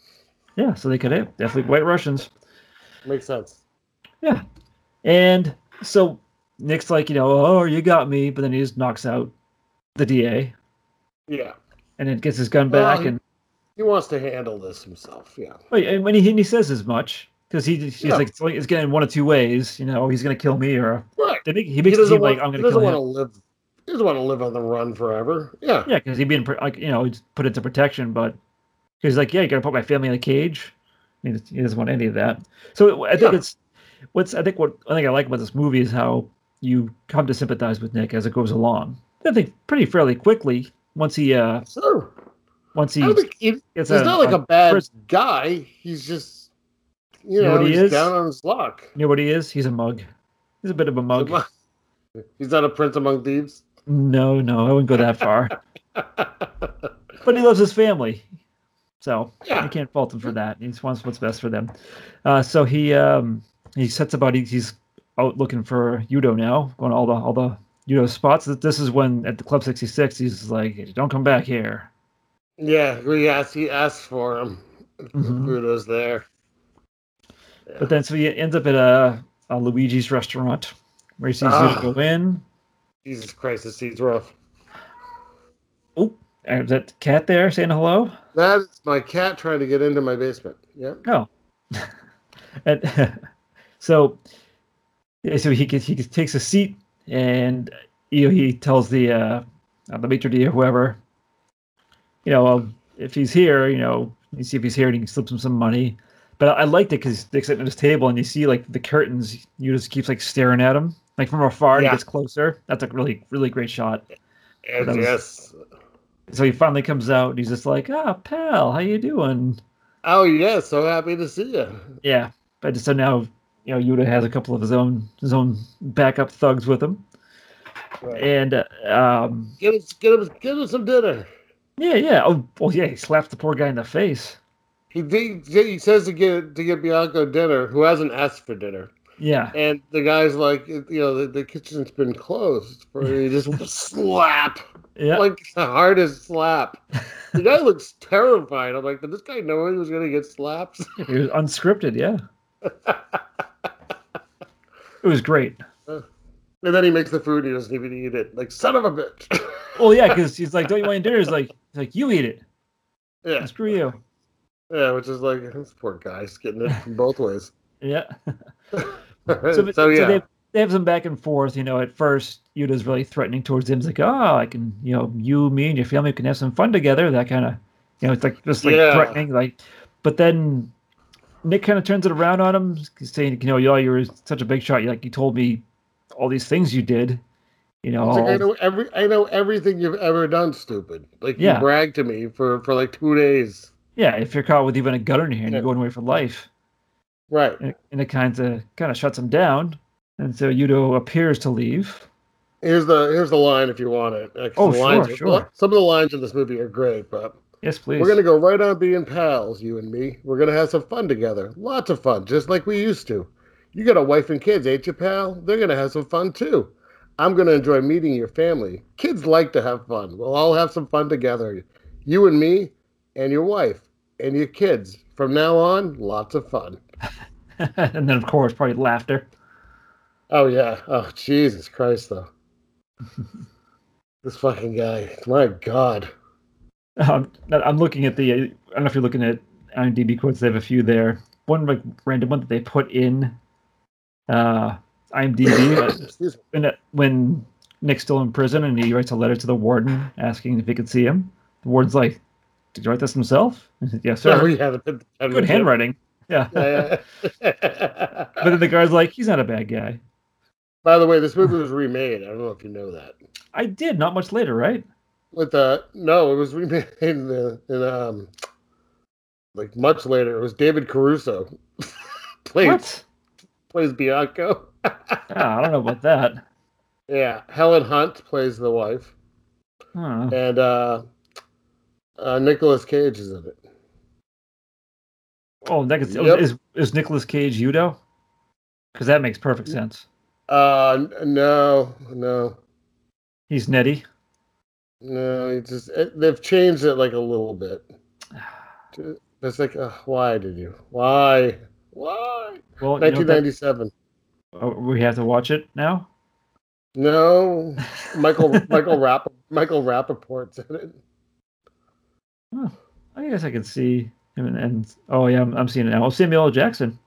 C: Yeah, so they could have definitely white Russians.
D: Makes sense.
C: And so Nick's like, you know, oh, you got me, but then he just knocks out the DA
D: Yeah,
C: and then gets his gun
D: Well,
C: back.
D: he-
C: and
D: he wants to handle this himself. Yeah.
C: Wait, and when he, and he says as much, because he, he's
D: Yeah.
C: like, it's only- it's going one of two ways. You know, oh, he's going to kill me or
D: Right.
C: They make, he
D: He
C: makes it
D: doesn't
C: seem
D: want.
C: like I'm
D: he
C: going to
D: doesn't
C: kill
D: want
C: him.
D: to live. He doesn't want to live on the run forever. Yeah.
C: Yeah, because he'd be in pr- like you know he'd put into protection, but he's like, yeah, you got to put my family in a cage. He doesn't, he doesn't want any of that. So I think
D: Yeah.
C: it's what's I think what I think I like about this movie is how you come to sympathize with Nick as it goes along. I think pretty fairly quickly once he uh
D: Sure.
C: once
D: I
C: he
D: don't think he-
C: gets
D: he's
C: a-
D: not like
C: a
D: a bad
C: person.
D: guy. He's just,
C: You
D: you
C: know
D: know,
C: what he
D: he's
C: is?
D: down on his luck.
C: you know what he is? He's a mug. He's a bit of a mug.
D: He's not a prince among thieves. [LAUGHS]
C: No, no, I wouldn't go that far.
D: yeah.
C: but he loves his family, so I can't fault him for that. He just wants what's best for them. Uh, so he um, he sets about. He, he's out looking for Udo now, going all the all the Udo spots. This is when at the Club sixty six, he's like, "Don't come back here."
D: Yeah. He asks, he asks for him.
C: Mhm.
D: Udo's there.
C: But then so he ends up at a, a Luigi's restaurant where he sees
D: Ah.
C: Udo go in.
D: Jesus Christ, this scene's rough.
C: Oh, is that cat there saying hello?
D: That's my cat trying to get into my basement. Yeah.
C: No. [LAUGHS] And [LAUGHS] so, yeah, so he gets, he gets- takes a seat, and you know, he tells the uh, uh, the maitre d' or whoever, you know, um, if he's here, you know, you see if he's here, and he slips him some money. But I, I liked it because they sit at his table, and you see like the curtains. You just keeps like staring at him, like from afar. and He
D: Yeah.
C: gets closer. That's a really really great shot.
D: Yes,
C: That was-
D: yes.
C: So he finally comes out, and he's just like, "Ah, pal, how you doing?"
D: Oh yes, so happy to see you.
C: Yeah, but so now you know Yoda has a couple of his own his own backup thugs with him,
D: Right.
C: and uh, um,
D: Get us, get us, get us some dinner.
C: yeah, yeah, oh, oh yeah, he slaps the poor guy in the face.
D: He, he he says to get to get Bianco dinner, who hasn't asked for dinner,
C: Yeah,
D: and the guy's like, you know, the, the kitchen's been closed. For he [LAUGHS] just slap,
C: yeah,
D: like the hardest slap. The guy looks terrified. I'm like, did this guy know he was gonna get slapped? [LAUGHS]
C: it was unscripted. Yeah, it was great.
D: And then he makes the food. He doesn't even eat it. Like son of a bitch. [LAUGHS]
C: Well, yeah, because he's like, "Don't you want dinner?" He's like, he's like you eat it.
D: yeah,
C: Screw you.
D: yeah. Which is like this poor guy's getting it from both ways.
C: Yeah.
D: [LAUGHS] so,
C: but-
D: yeah,
C: they, they have some back and forth. You know, at first Yoda's really threatening towards him. He's like, "Oh, I can, you know, you, me, and your family can have some fun together." That kind of, you know, it's like just like
D: Yeah.
C: threatening. Like, but then Nick kind of turns it around on him, saying, "You know, y'all, you were such a big shot. You like, you told me all these things you did. You know,
D: It's like, I
C: all-
D: know every I know everything you've ever done, stupid. Like
C: Yeah.
D: you bragged to me for for like two days.
C: yeah. If you're caught with even a gun in your hand,
D: Yeah.
C: you're going away for life."
D: Right.
C: And, and it kind of kind of shuts him down. And so Yudo appears to leave.
D: Here's the here's the line if you want it. Uh, 'cause
C: Oh,
D: the lines
C: sure,
D: are-
C: sure.
D: Some of the lines in this movie are great, but
C: Yes, please.
D: we're gonna go right on being pals, you and me. We're gonna have some fun together, lots of fun, just like we used to. You got a wife and kids, ain't you, pal? They're gonna have some fun too. I'm gonna enjoy meeting your family. Kids like to have fun. We'll all have some fun together, you and me, and your wife and your kids. From now on, lots of fun.
C: [LAUGHS] and then of course probably laughter.
D: Oh yeah. Oh Jesus
C: [LAUGHS]
D: Christ though. this fucking guy. My God.
C: Um, no, I'm looking at the. I don't know if you're looking at IMDb quotes. They have a few there. One like random one that they put in uh,
D: [COUGHS]
C: IMDb uh,
D: Excuse me.
C: when, when Nick's still in prison and he writes a letter to the warden asking if he could see him. The warden's like, "Did you write this himself?" He said, yes,
D: Oh,
C: sir.
D: yeah, the, the-
C: Good handwriting. Yeah.
D: Yeah,
C: But
D: yeah. [LAUGHS]
C: then the guy's like, "He's not a bad guy."
D: By the way, this movie was remade. I don't know if you know that.
C: I did not much later, right?
D: With uh no, it was [LAUGHS] remade in the in um like much later. It was David Caruso [LAUGHS] plays
C: What?
D: plays Bianco. [LAUGHS]
C: Ah, I don't know about that.
D: Yeah, Helen Hunt plays the wife,
C: Huh.
D: and uh, uh Nicolas Cage is in it.
C: Oh, that is,
D: Yep.
C: is is Nicolas Cage Udo? Because that makes perfect sense.
D: Uh, n- no, no,
C: He's Nettie.
D: no. It's just it, they've changed it like a
C: [SIGHS]
D: little bit. Ju- It's like, uh, why did you? Why? Why?
C: Well, you know, that-
D: 1997.
C: oh, we have to watch it now.
D: No, Michael Michael Rapp Michael Rappaport's in it.
C: I guess I can see him. And, and oh yeah, I'm, I'm seeing it now. Oh, Samuel L. Jackson.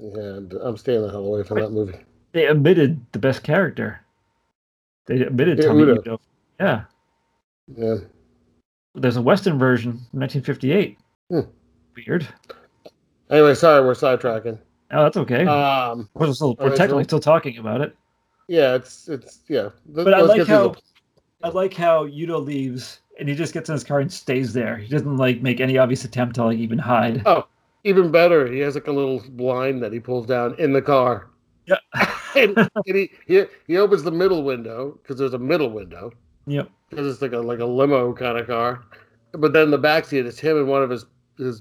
D: Yeah, and I'm staying the hell away from that movie.
C: They omitted the best character. They omitted
D: Yeah,
C: Tommy
D: Udo.
C: Udo. Yeah,
D: Yeah.
C: there's a Western version, 1958.
D: Hmm.
C: Weird.
D: Anyway, sorry, we're sidetracking.
C: Oh, that's okay.
D: Um,
C: we're still,
D: all
C: we're
D: right,
C: technically
D: so-
C: still talking about it.
D: yeah, it's it's yeah. Let-
C: But I
D: let's
C: like
D: get through
C: how-
D: the-
C: I like how Udo leaves and he just gets in his car and stays there. He doesn't like make any obvious attempt to like even
D: Oh.
C: hide.
D: even better, he has like a little blind that he pulls down in the car.
C: Yeah.
D: [LAUGHS] and, and he, he he opens the middle window because there's a middle window
C: Yep.
D: because it's like a like a limo kind of car, but then the back seat is him and one of his his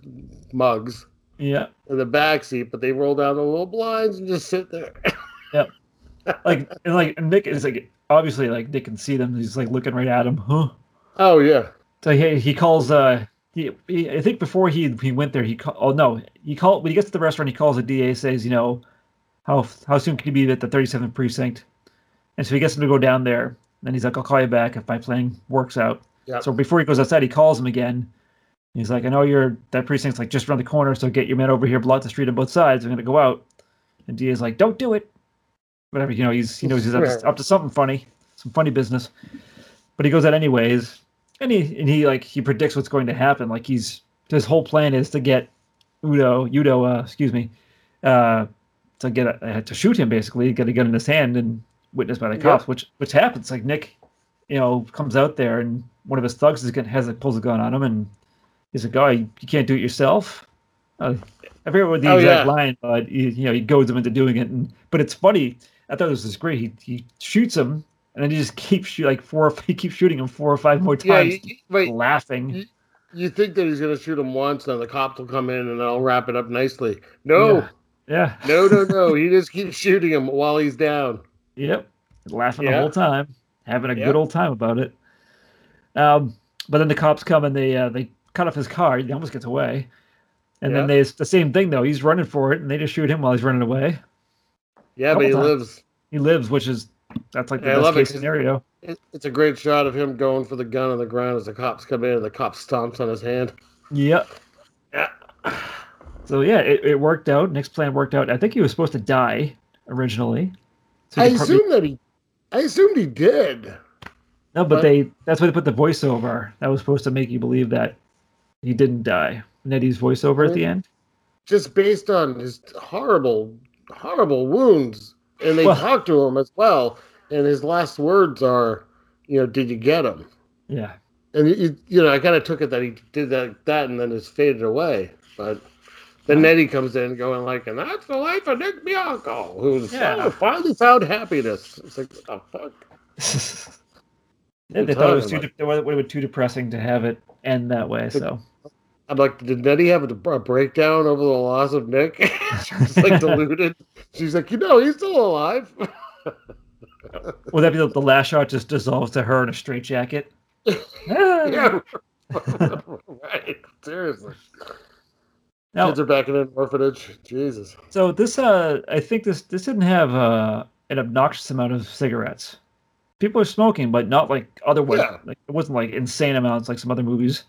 D: mugs
C: Yeah.
D: in the back seat, but they roll down the little blinds and just sit there. [LAUGHS]
C: Like and like and Nick is like obviously like Nick can see them. He's like looking right at him. Huh.
D: oh yeah,
C: So he he calls uh he, he I think before he he went there he call, oh no he called when he gets to the restaurant he calls the DA says you know how how soon can you be at the 37th precinct and so he gets him to go down there and he's like I'll call you back if my plan works out
D: yeah.
C: so before he goes outside he calls him again He's like, I know you're that precinct's like just around the corner, so get your men over here, block the street on both sides. I'm gonna go out. And Dia's like, don't do it. Whatever, you know, he's he knows he's up, to, up to something funny, some funny business. But he goes out anyways, and he and he like he predicts what's going to happen. Like he's his whole plan is to get Udo, Udo, uh, excuse me, uh, to get a, uh, to shoot him basically, get a gun in his hand and witness by the cops, which which happens. Like Nick, you know, comes out there and one of his thugs is gonna, has a pulls a gun on him and he's like, "Oh, you, you can't do it yourself." Uh, I forget what the
D: Oh,
C: exact
D: yeah.
C: line, but he, you know, he goads him into doing it. And but it's funny. I thought this was great. He he shoots him and then he just [LAUGHS] keeps shoot like four. or- He keeps shooting him four or five more
D: Yeah,
C: times,
D: you, you- wait,
C: laughing.
D: you think that he's going to shoot him once, and the cops will come in and they'll wrap it up nicely. No,
C: Yeah.
D: no, no, no. he just keeps shooting him while he's down.
C: Yep. Laughing the
D: Yeah.
C: whole time, having a
D: Yep.
C: good old time about it. Um, but then the cops come and they uh, they cut off his car. He almost gets away. And then
D: Yeah.
C: they, it's the same thing though. He's running for it, and they just shoot him while he's running away.
D: Yeah,
C: Couple
D: but he
C: times.
D: lives.
C: He lives, which is that's like the
D: Yeah, I
C: best
D: love it
C: case
D: 'cause-
C: scenario.
D: It, it's a great shot of him going for the gun on the ground as the cops come in and the cop stomps on his hand.
C: Yep.
D: Yeah.
C: So yeah, it, it worked out. Nick's plan worked out. I think he was supposed to die originally. So
D: I
C: he could probably-
D: assume that he, I assumed he did.
C: no, but
D: but-
C: they that's why they put the voiceover. That was supposed to make you believe that he didn't die. Nettie's voiceover at the end.
D: just based on his horrible, horrible wounds. And they
C: Well-
D: talk to him as well. And his last words are, you know, did you get him?
C: Yeah.
D: And you, you know, I kind of took it that he did that, that, and then it's faded away. But then Nettie comes in, going like, and that's the life of Nick Bianco, who's
C: Yeah.
D: finally found happiness. It's like, what the fuck?
C: [LAUGHS] yeah,
D: Good
C: they thought it was too
D: timing,
C: de- they wa- they were too depressing to have it end that way. So
D: I'm like, did Nettie have a, a breakdown over the loss of Nick? [LAUGHS]
C: [LAUGHS]
D: She's like deluded. She's like, you know, he's still alive. [LAUGHS]
C: would that be the, the last shot? Just dissolves to her in a
D: [LAUGHS]
C: straitjacket. Ah.
D: yeah. [LAUGHS] right. Seriously.
C: Now,
D: Kids are back in an orphanage. Jesus.
C: so this uh, I think this this didn't have uh, an obnoxious amount of cigarettes. People are smoking, but not like otherwise.
D: Yeah.
C: Like it wasn't like insane amounts like some other movies.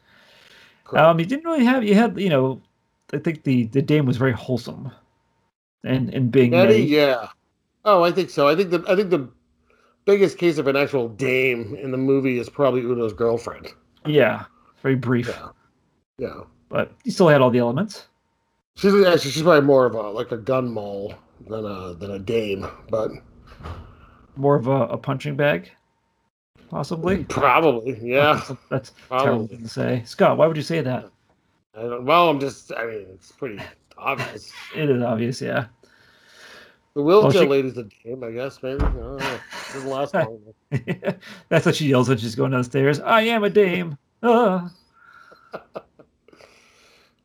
D: Correct.
C: Um, you didn't really have you had you know, I think the the dame was very wholesome, and and being
D: Eddie,
C: Nettie.
D: yeah. Oh, I think so. I think the I think the biggest case of an actual dame in the movie is probably Udo's girlfriend.
C: yeah, very brief,
D: Yeah. Yeah.
C: but you still had all the elements.
D: She's actually she's probably more of a like a gun mole than a than a dame, but
C: more of a, a punching bag,
D: Hmm.
C: possibly.
D: probably, yeah.
C: That's terrible
D: Probably.
C: to say. Scott, why would you say that?
D: I don't, well, I'm just I mean, it's pretty obvious.
C: It is obvious, yeah. [LAUGHS]
D: The wheelchair
C: Oh, she-
D: lady's a dame, I guess, maybe. I don't know.
C: [LAUGHS]
D: Doesn't last long.
C: That's what she yells when she's going downstairs. I am a dame. Ah.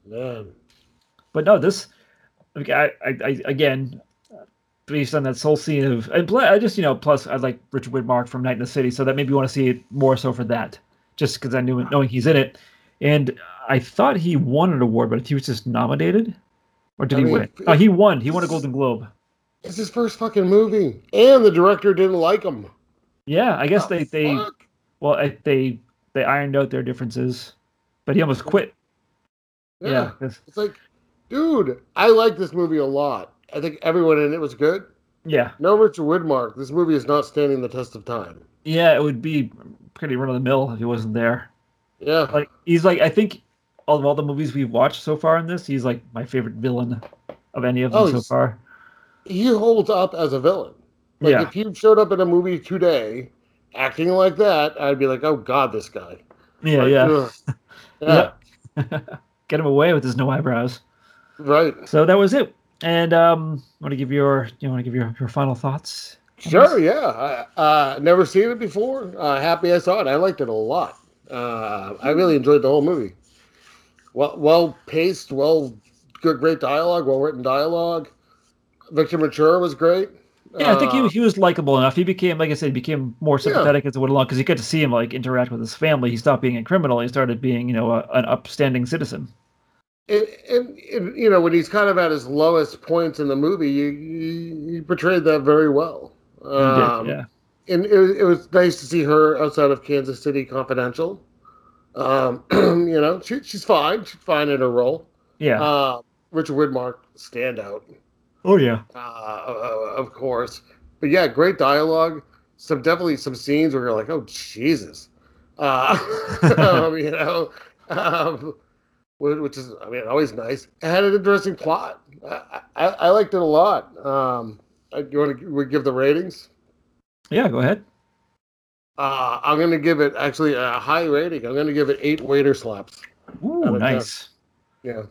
D: Man.
C: But no, this, like, I, I, I, again, based on that soul scene of, and pl- I just, you know, plus I like Richard Widmark from Night in the City, so that made me want to see it more so for that, just because I knew knowing he's in it. And I thought he won an award, but he was just nominated. Or did
D: I
C: he
D: mean,
C: win?
D: if-
C: Oh, he won. He won a Golden Globe.
D: It's his first fucking movie, and the director didn't like him.
C: Yeah, I guess
D: Oh,
C: they they
D: Fuck.
C: well I- they they ironed out their differences, but he almost quit.
D: Yeah.
C: Yeah, 'cause-
D: it's like, dude, I like this movie a lot. I think everyone in it was good.
C: yeah,
D: No Richard Widmark. This movie is not standing the test of time.
C: yeah. It would be pretty run of the mill if he wasn't there.
D: Yeah,
C: Like he's like I think of all the movies we've watched so far in this, he's like my favorite villain of any of them
D: Oh,
C: so
D: he's-
C: far.
D: he holds up as a villain. Like
C: Yeah,
D: if he showed up in a movie today, acting like that, I'd be like, oh god, this guy.
C: yeah,
D: Like,
C: yeah,
D: ugh.
C: [LAUGHS]
D: yeah.
C: Get him away with his no eyebrows.
D: Right.
C: So that was it. And um, want to give your you want to give your your final thoughts? on
D: Sure,
C: this?
D: yeah. I, uh, never seen it before. Uh, happy I saw it. I liked it a lot. Uh, I really enjoyed the whole movie. Well, well paced, well, good, great dialogue, well written dialogue. Victor Mature was great.
C: Yeah, I think
D: Uh,
C: he, he was likable enough. He became, like I said, he became more sympathetic as it went along because he got to see him like interact with his family. He stopped being a criminal. He started being, you know, a, an upstanding citizen.
D: and, and, and, you know when he's kind of at his lowest points in the movie, you you, you portrayed that very well.
C: He did,
D: Um,
C: yeah,
D: and it, was- it was nice to see her outside of Kansas City Confidential. Um, [CLEARS THROAT] you know, she, she's fine. She's fine in her role.
C: Yeah.
D: Uh, Richard Widmark, standout,
C: oh yeah.
D: uh, of course. But yeah, great dialogue. Some definitely some scenes where you're like, oh Jesus,
C: [LAUGHS]
D: uh, [LAUGHS] um, you know, um, wh- which is I mean always nice. It had an interesting plot. I, I, I liked it a lot. Um, uh, you want to give the ratings?
C: Yeah. Go ahead.
D: Uh, I'm going to give it actually a high rating. I'm going to give it eight waiter slaps.
C: Ooh,
D: like that.
C: nice.
D: Yeah.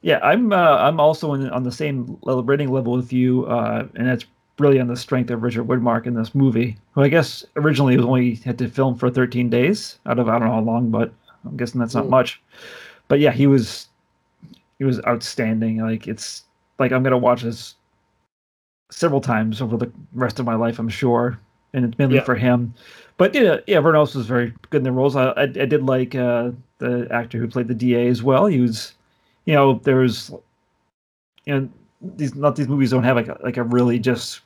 C: Yeah, I'm uh, I'm also in, on the same le- rating level with you, uh, and that's really on the strength of Richard Woodmark in this movie, who I guess originally was only had to film for 13 days out of I don't know how long, but I'm guessing that's not
D: Mm.
C: much. But yeah, he was he was outstanding. Like it's like I'm gonna watch this several times over the rest of my life, I'm sure, and it's mainly
D: Yeah.
C: for him. But yeah, yeah, everyone else was very good in their roles. I I, I did like uh, the actor who played the DA as well. He was you know, there's you know these not these movies don't have like a, like a really just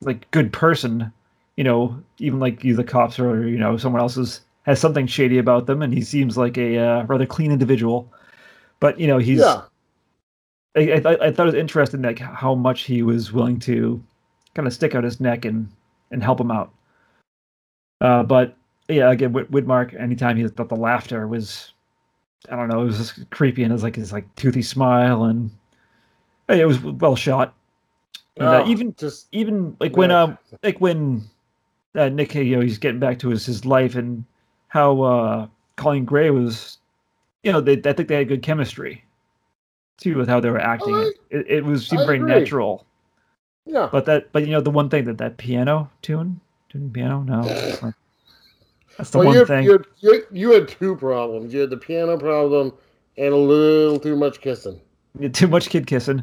C: like good person, you know, even like you the cops or you know someone else is, has something shady about them, and he seems like a uh, rather clean individual, but you know he's
D: yeah.
C: I, I, I thought it was interesting like how much he was willing to kind of stick out his neck and and help him out. Uh, but yeah, again, Whit- Whitmark, anytime he thought the laughter was, I don't know, it was just creepy and it was like his like toothy smile and hey, it was well shot. And, uh,
D: Oh,
C: even
D: just
C: even like when
D: Yeah.
C: um like when uh, Nick you know he's getting back to his his life and how uh Colin Gray was you know they I think they had good chemistry too with how they were acting
D: I-
C: it, it was
D: I
C: seemed very
D: agree.
C: natural
D: yeah.
C: but that but you know the one thing that that piano tune tune piano
D: [LAUGHS]
C: no it's not- that's the
D: well,
C: one
D: you, had,
C: thing
D: You, had, you, had, you had two problems. You had the piano problem and a little too much kissing.
C: too much kid kissing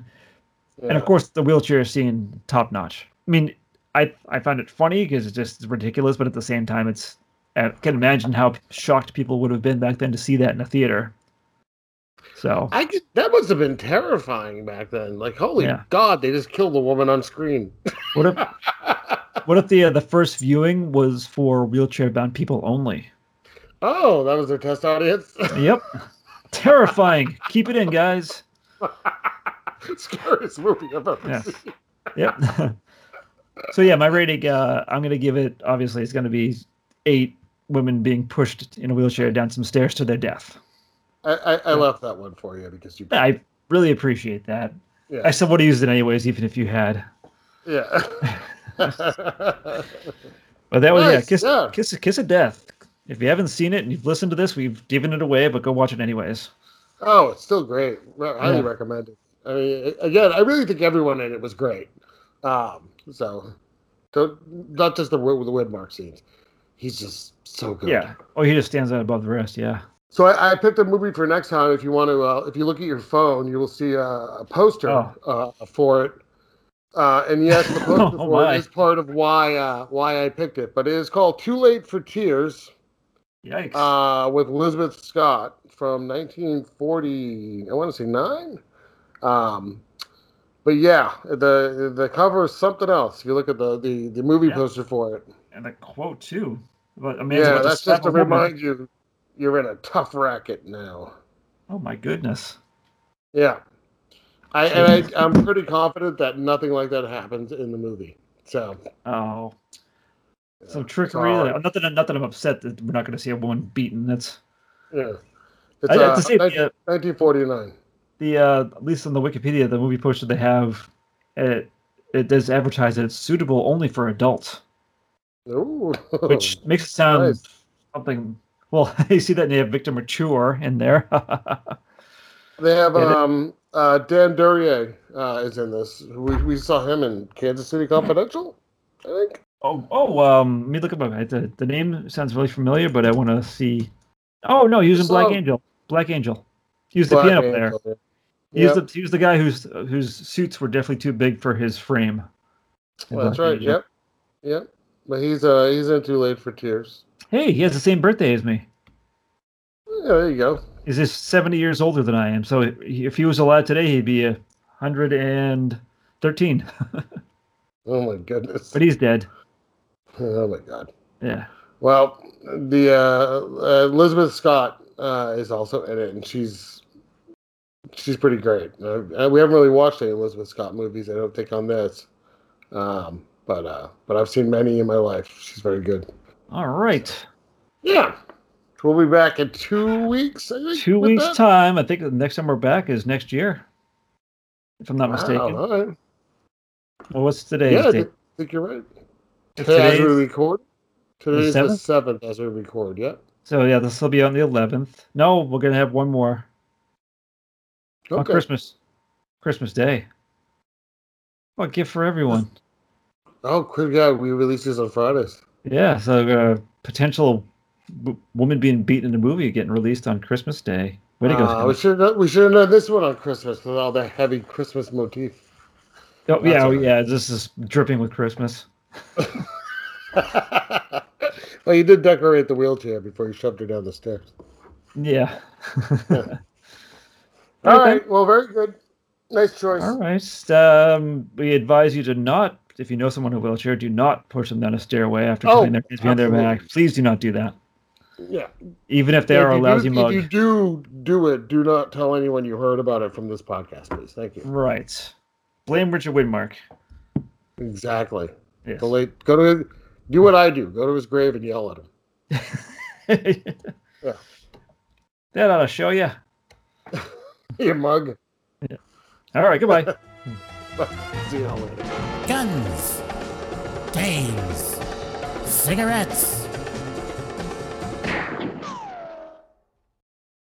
C: and of
D: Yeah.
C: course the wheelchair scene top notch i mean i i found it funny because it's just ridiculous but at the same time it's i can imagine how shocked people would have been back then to see that in a theater so
D: I could, that must have been terrifying back then. Like, holy
C: Yeah.
D: God, they just killed a woman on screen.
C: what if what if the uh, the first viewing was for wheelchair bound people only
D: oh, that was their test audience. [LAUGHS]
C: yep terrifying keep it in guys
D: Scariest movie I've ever
C: Yeah.
D: seen.
C: yep [LAUGHS] so yeah my rating uh i'm gonna give it obviously it's gonna be eight women being pushed in a wheelchair down some stairs to their death
D: I, I, I left that one for you because you.
C: I really appreciate that.
D: Yeah.
C: I still would have used it anyways, even if you had. [LAUGHS]
D: yeah. [LAUGHS]
C: But that was yeah,
D: Nice,
C: kiss,
D: yeah.
C: kiss, kiss of death. If you haven't seen it and you've listened to this, we've given it away, but go watch it anyways.
D: Oh, it's still great. Re- Highly
C: Yeah.
D: recommend it. I mean, again, I really think everyone in it was great. Um, so, so not just the with the Widmark scenes. He's just so good.
C: Yeah. Oh, he just stands out above the rest. Yeah.
D: So I, I picked a movie for next time. If you want to, uh, if you look at your phone, you will see a, a poster
C: Oh.
D: uh, for it. Uh, and yes,
C: [LAUGHS]
D: the poster
C: Oh,
D: for
C: my.
D: it is part of why uh, why I picked it. But it is called "Too Late for Tears."
C: Yikes.
D: uh, with Elizabeth Scott from 1940. I want to say nine. Um, but yeah, the the cover is something else. If you look at the the, the movie
C: Yeah.
D: poster for it,
C: and the quote too. But a man's about
D: yeah,
C: to
D: that's
C: slap
D: just to
C: a woman.
D: remind you you're in a tough racket now.
C: Oh my goodness.
D: Yeah, I and I, I'm pretty confident that nothing like that happens in the movie. So
C: Oh, some
D: yeah,
C: trickery.
D: sorry.
C: Not that not that I'm upset that we're not going to see a woman beaten. That's I
D: Yeah. It's
C: have
D: uh,
C: to say the,
D: 19-
C: uh,
D: 1949.
C: the uh, at least on the Wikipedia, the movie poster they have, it it does advertise that it's suitable only for adults,
D: Ooh.
C: which um, makes it sound
D: Oh, [LAUGHS] nice.
C: something. Well, [LAUGHS] you see that they have Victor Mature in there. [LAUGHS]
D: They have
C: Yeah, they-
D: um uh Dan Duryea uh, is in this. We we saw him in Kansas City Confidential, I think.
C: oh, oh, um, let me look up my the, the name sounds really familiar, but I want to see. Oh no, he was in Black
D: So-
C: Angel. Black Angel. He was the
D: Black
C: piano
D: Man
C: player.
D: Killer.
C: He was
D: Yep.
C: the he was the guy whose whose suits were definitely too big for his frame. in
D: Well, that's
C: Black
D: right.
C: Angel.
D: Yep. Yep. But he's uh he's in too late for tears.
C: Hey, he has the same birthday as me.
D: Yeah, there you go.
C: is is 70 years older than I am. So if he was alive today, he'd be a 113.
D: Oh my goodness.
C: but he's dead.
D: [LAUGHS] Oh my god.
C: Yeah.
D: Well, the uh, uh, Elizabeth Scott uh, is also in it, and she's she's pretty great. Uh, and we haven't really watched any Elizabeth Scott movies, I don't think, on this. Um, but uh, but I've seen many in my life. She's very good.
C: All right.
D: Yeah. We'll be back in two weeks. I think,
C: Two
D: with
C: weeks'
D: that?
C: time. I think the next time we're back is next year, if I'm not
D: Wow,
C: mistaken.
D: all right.
C: Well, what's today's
D: Yeah, I
C: date?
D: think, think you're right. Today, as we
C: Today's,
D: record, today's the
C: seventh?
D: seventh as we record. Yeah.
C: so yeah, this will be on the 11th. No, we're gonna have one more on
D: Okay.
C: Christmas, Christmas Day. What gift for everyone?
D: Oh, quick! Yeah, we release these on Fridays.
C: Yeah, so uh, potential w- woman being beaten in a movie getting released on Christmas Day. Way to go!
D: Ah, we should have we should have done this one on Christmas with all the heavy Christmas motif. [LAUGHS]
C: Scott. oh, yeah,
D: that's
C: oh,
D: all right.
C: yeah. This is dripping with Christmas.
D: well, you did decorate the wheelchair before you shoved her down the stairs.
C: Yeah. [LAUGHS]
D: All
C: Okay.
D: right. Well, very good. Nice choice.
C: All right. Um, we advise you to not, if you know someone in a wheelchair, do not push them down a stairway after
D: Oh,
C: putting their hands behind their
D: absolutely.
C: back. Please do not do that.
D: Yeah.
C: Even if they
D: If
C: are a
D: you do-
C: lousy mug.
D: If you do do it, do not tell anyone you heard about it from this podcast, please. Thank you.
C: Right. Blame Richard Widmark.
D: Exactly.
C: Yes. [LAUGHS]
D: The late, go to do what I do. Go to his grave and yell at him. [LAUGHS] Yeah.
C: That ought to show you.
D: You mug. [LAUGHS]
C: All right. Goodbye.
D: See you later.
B: guns, games, cigarettes,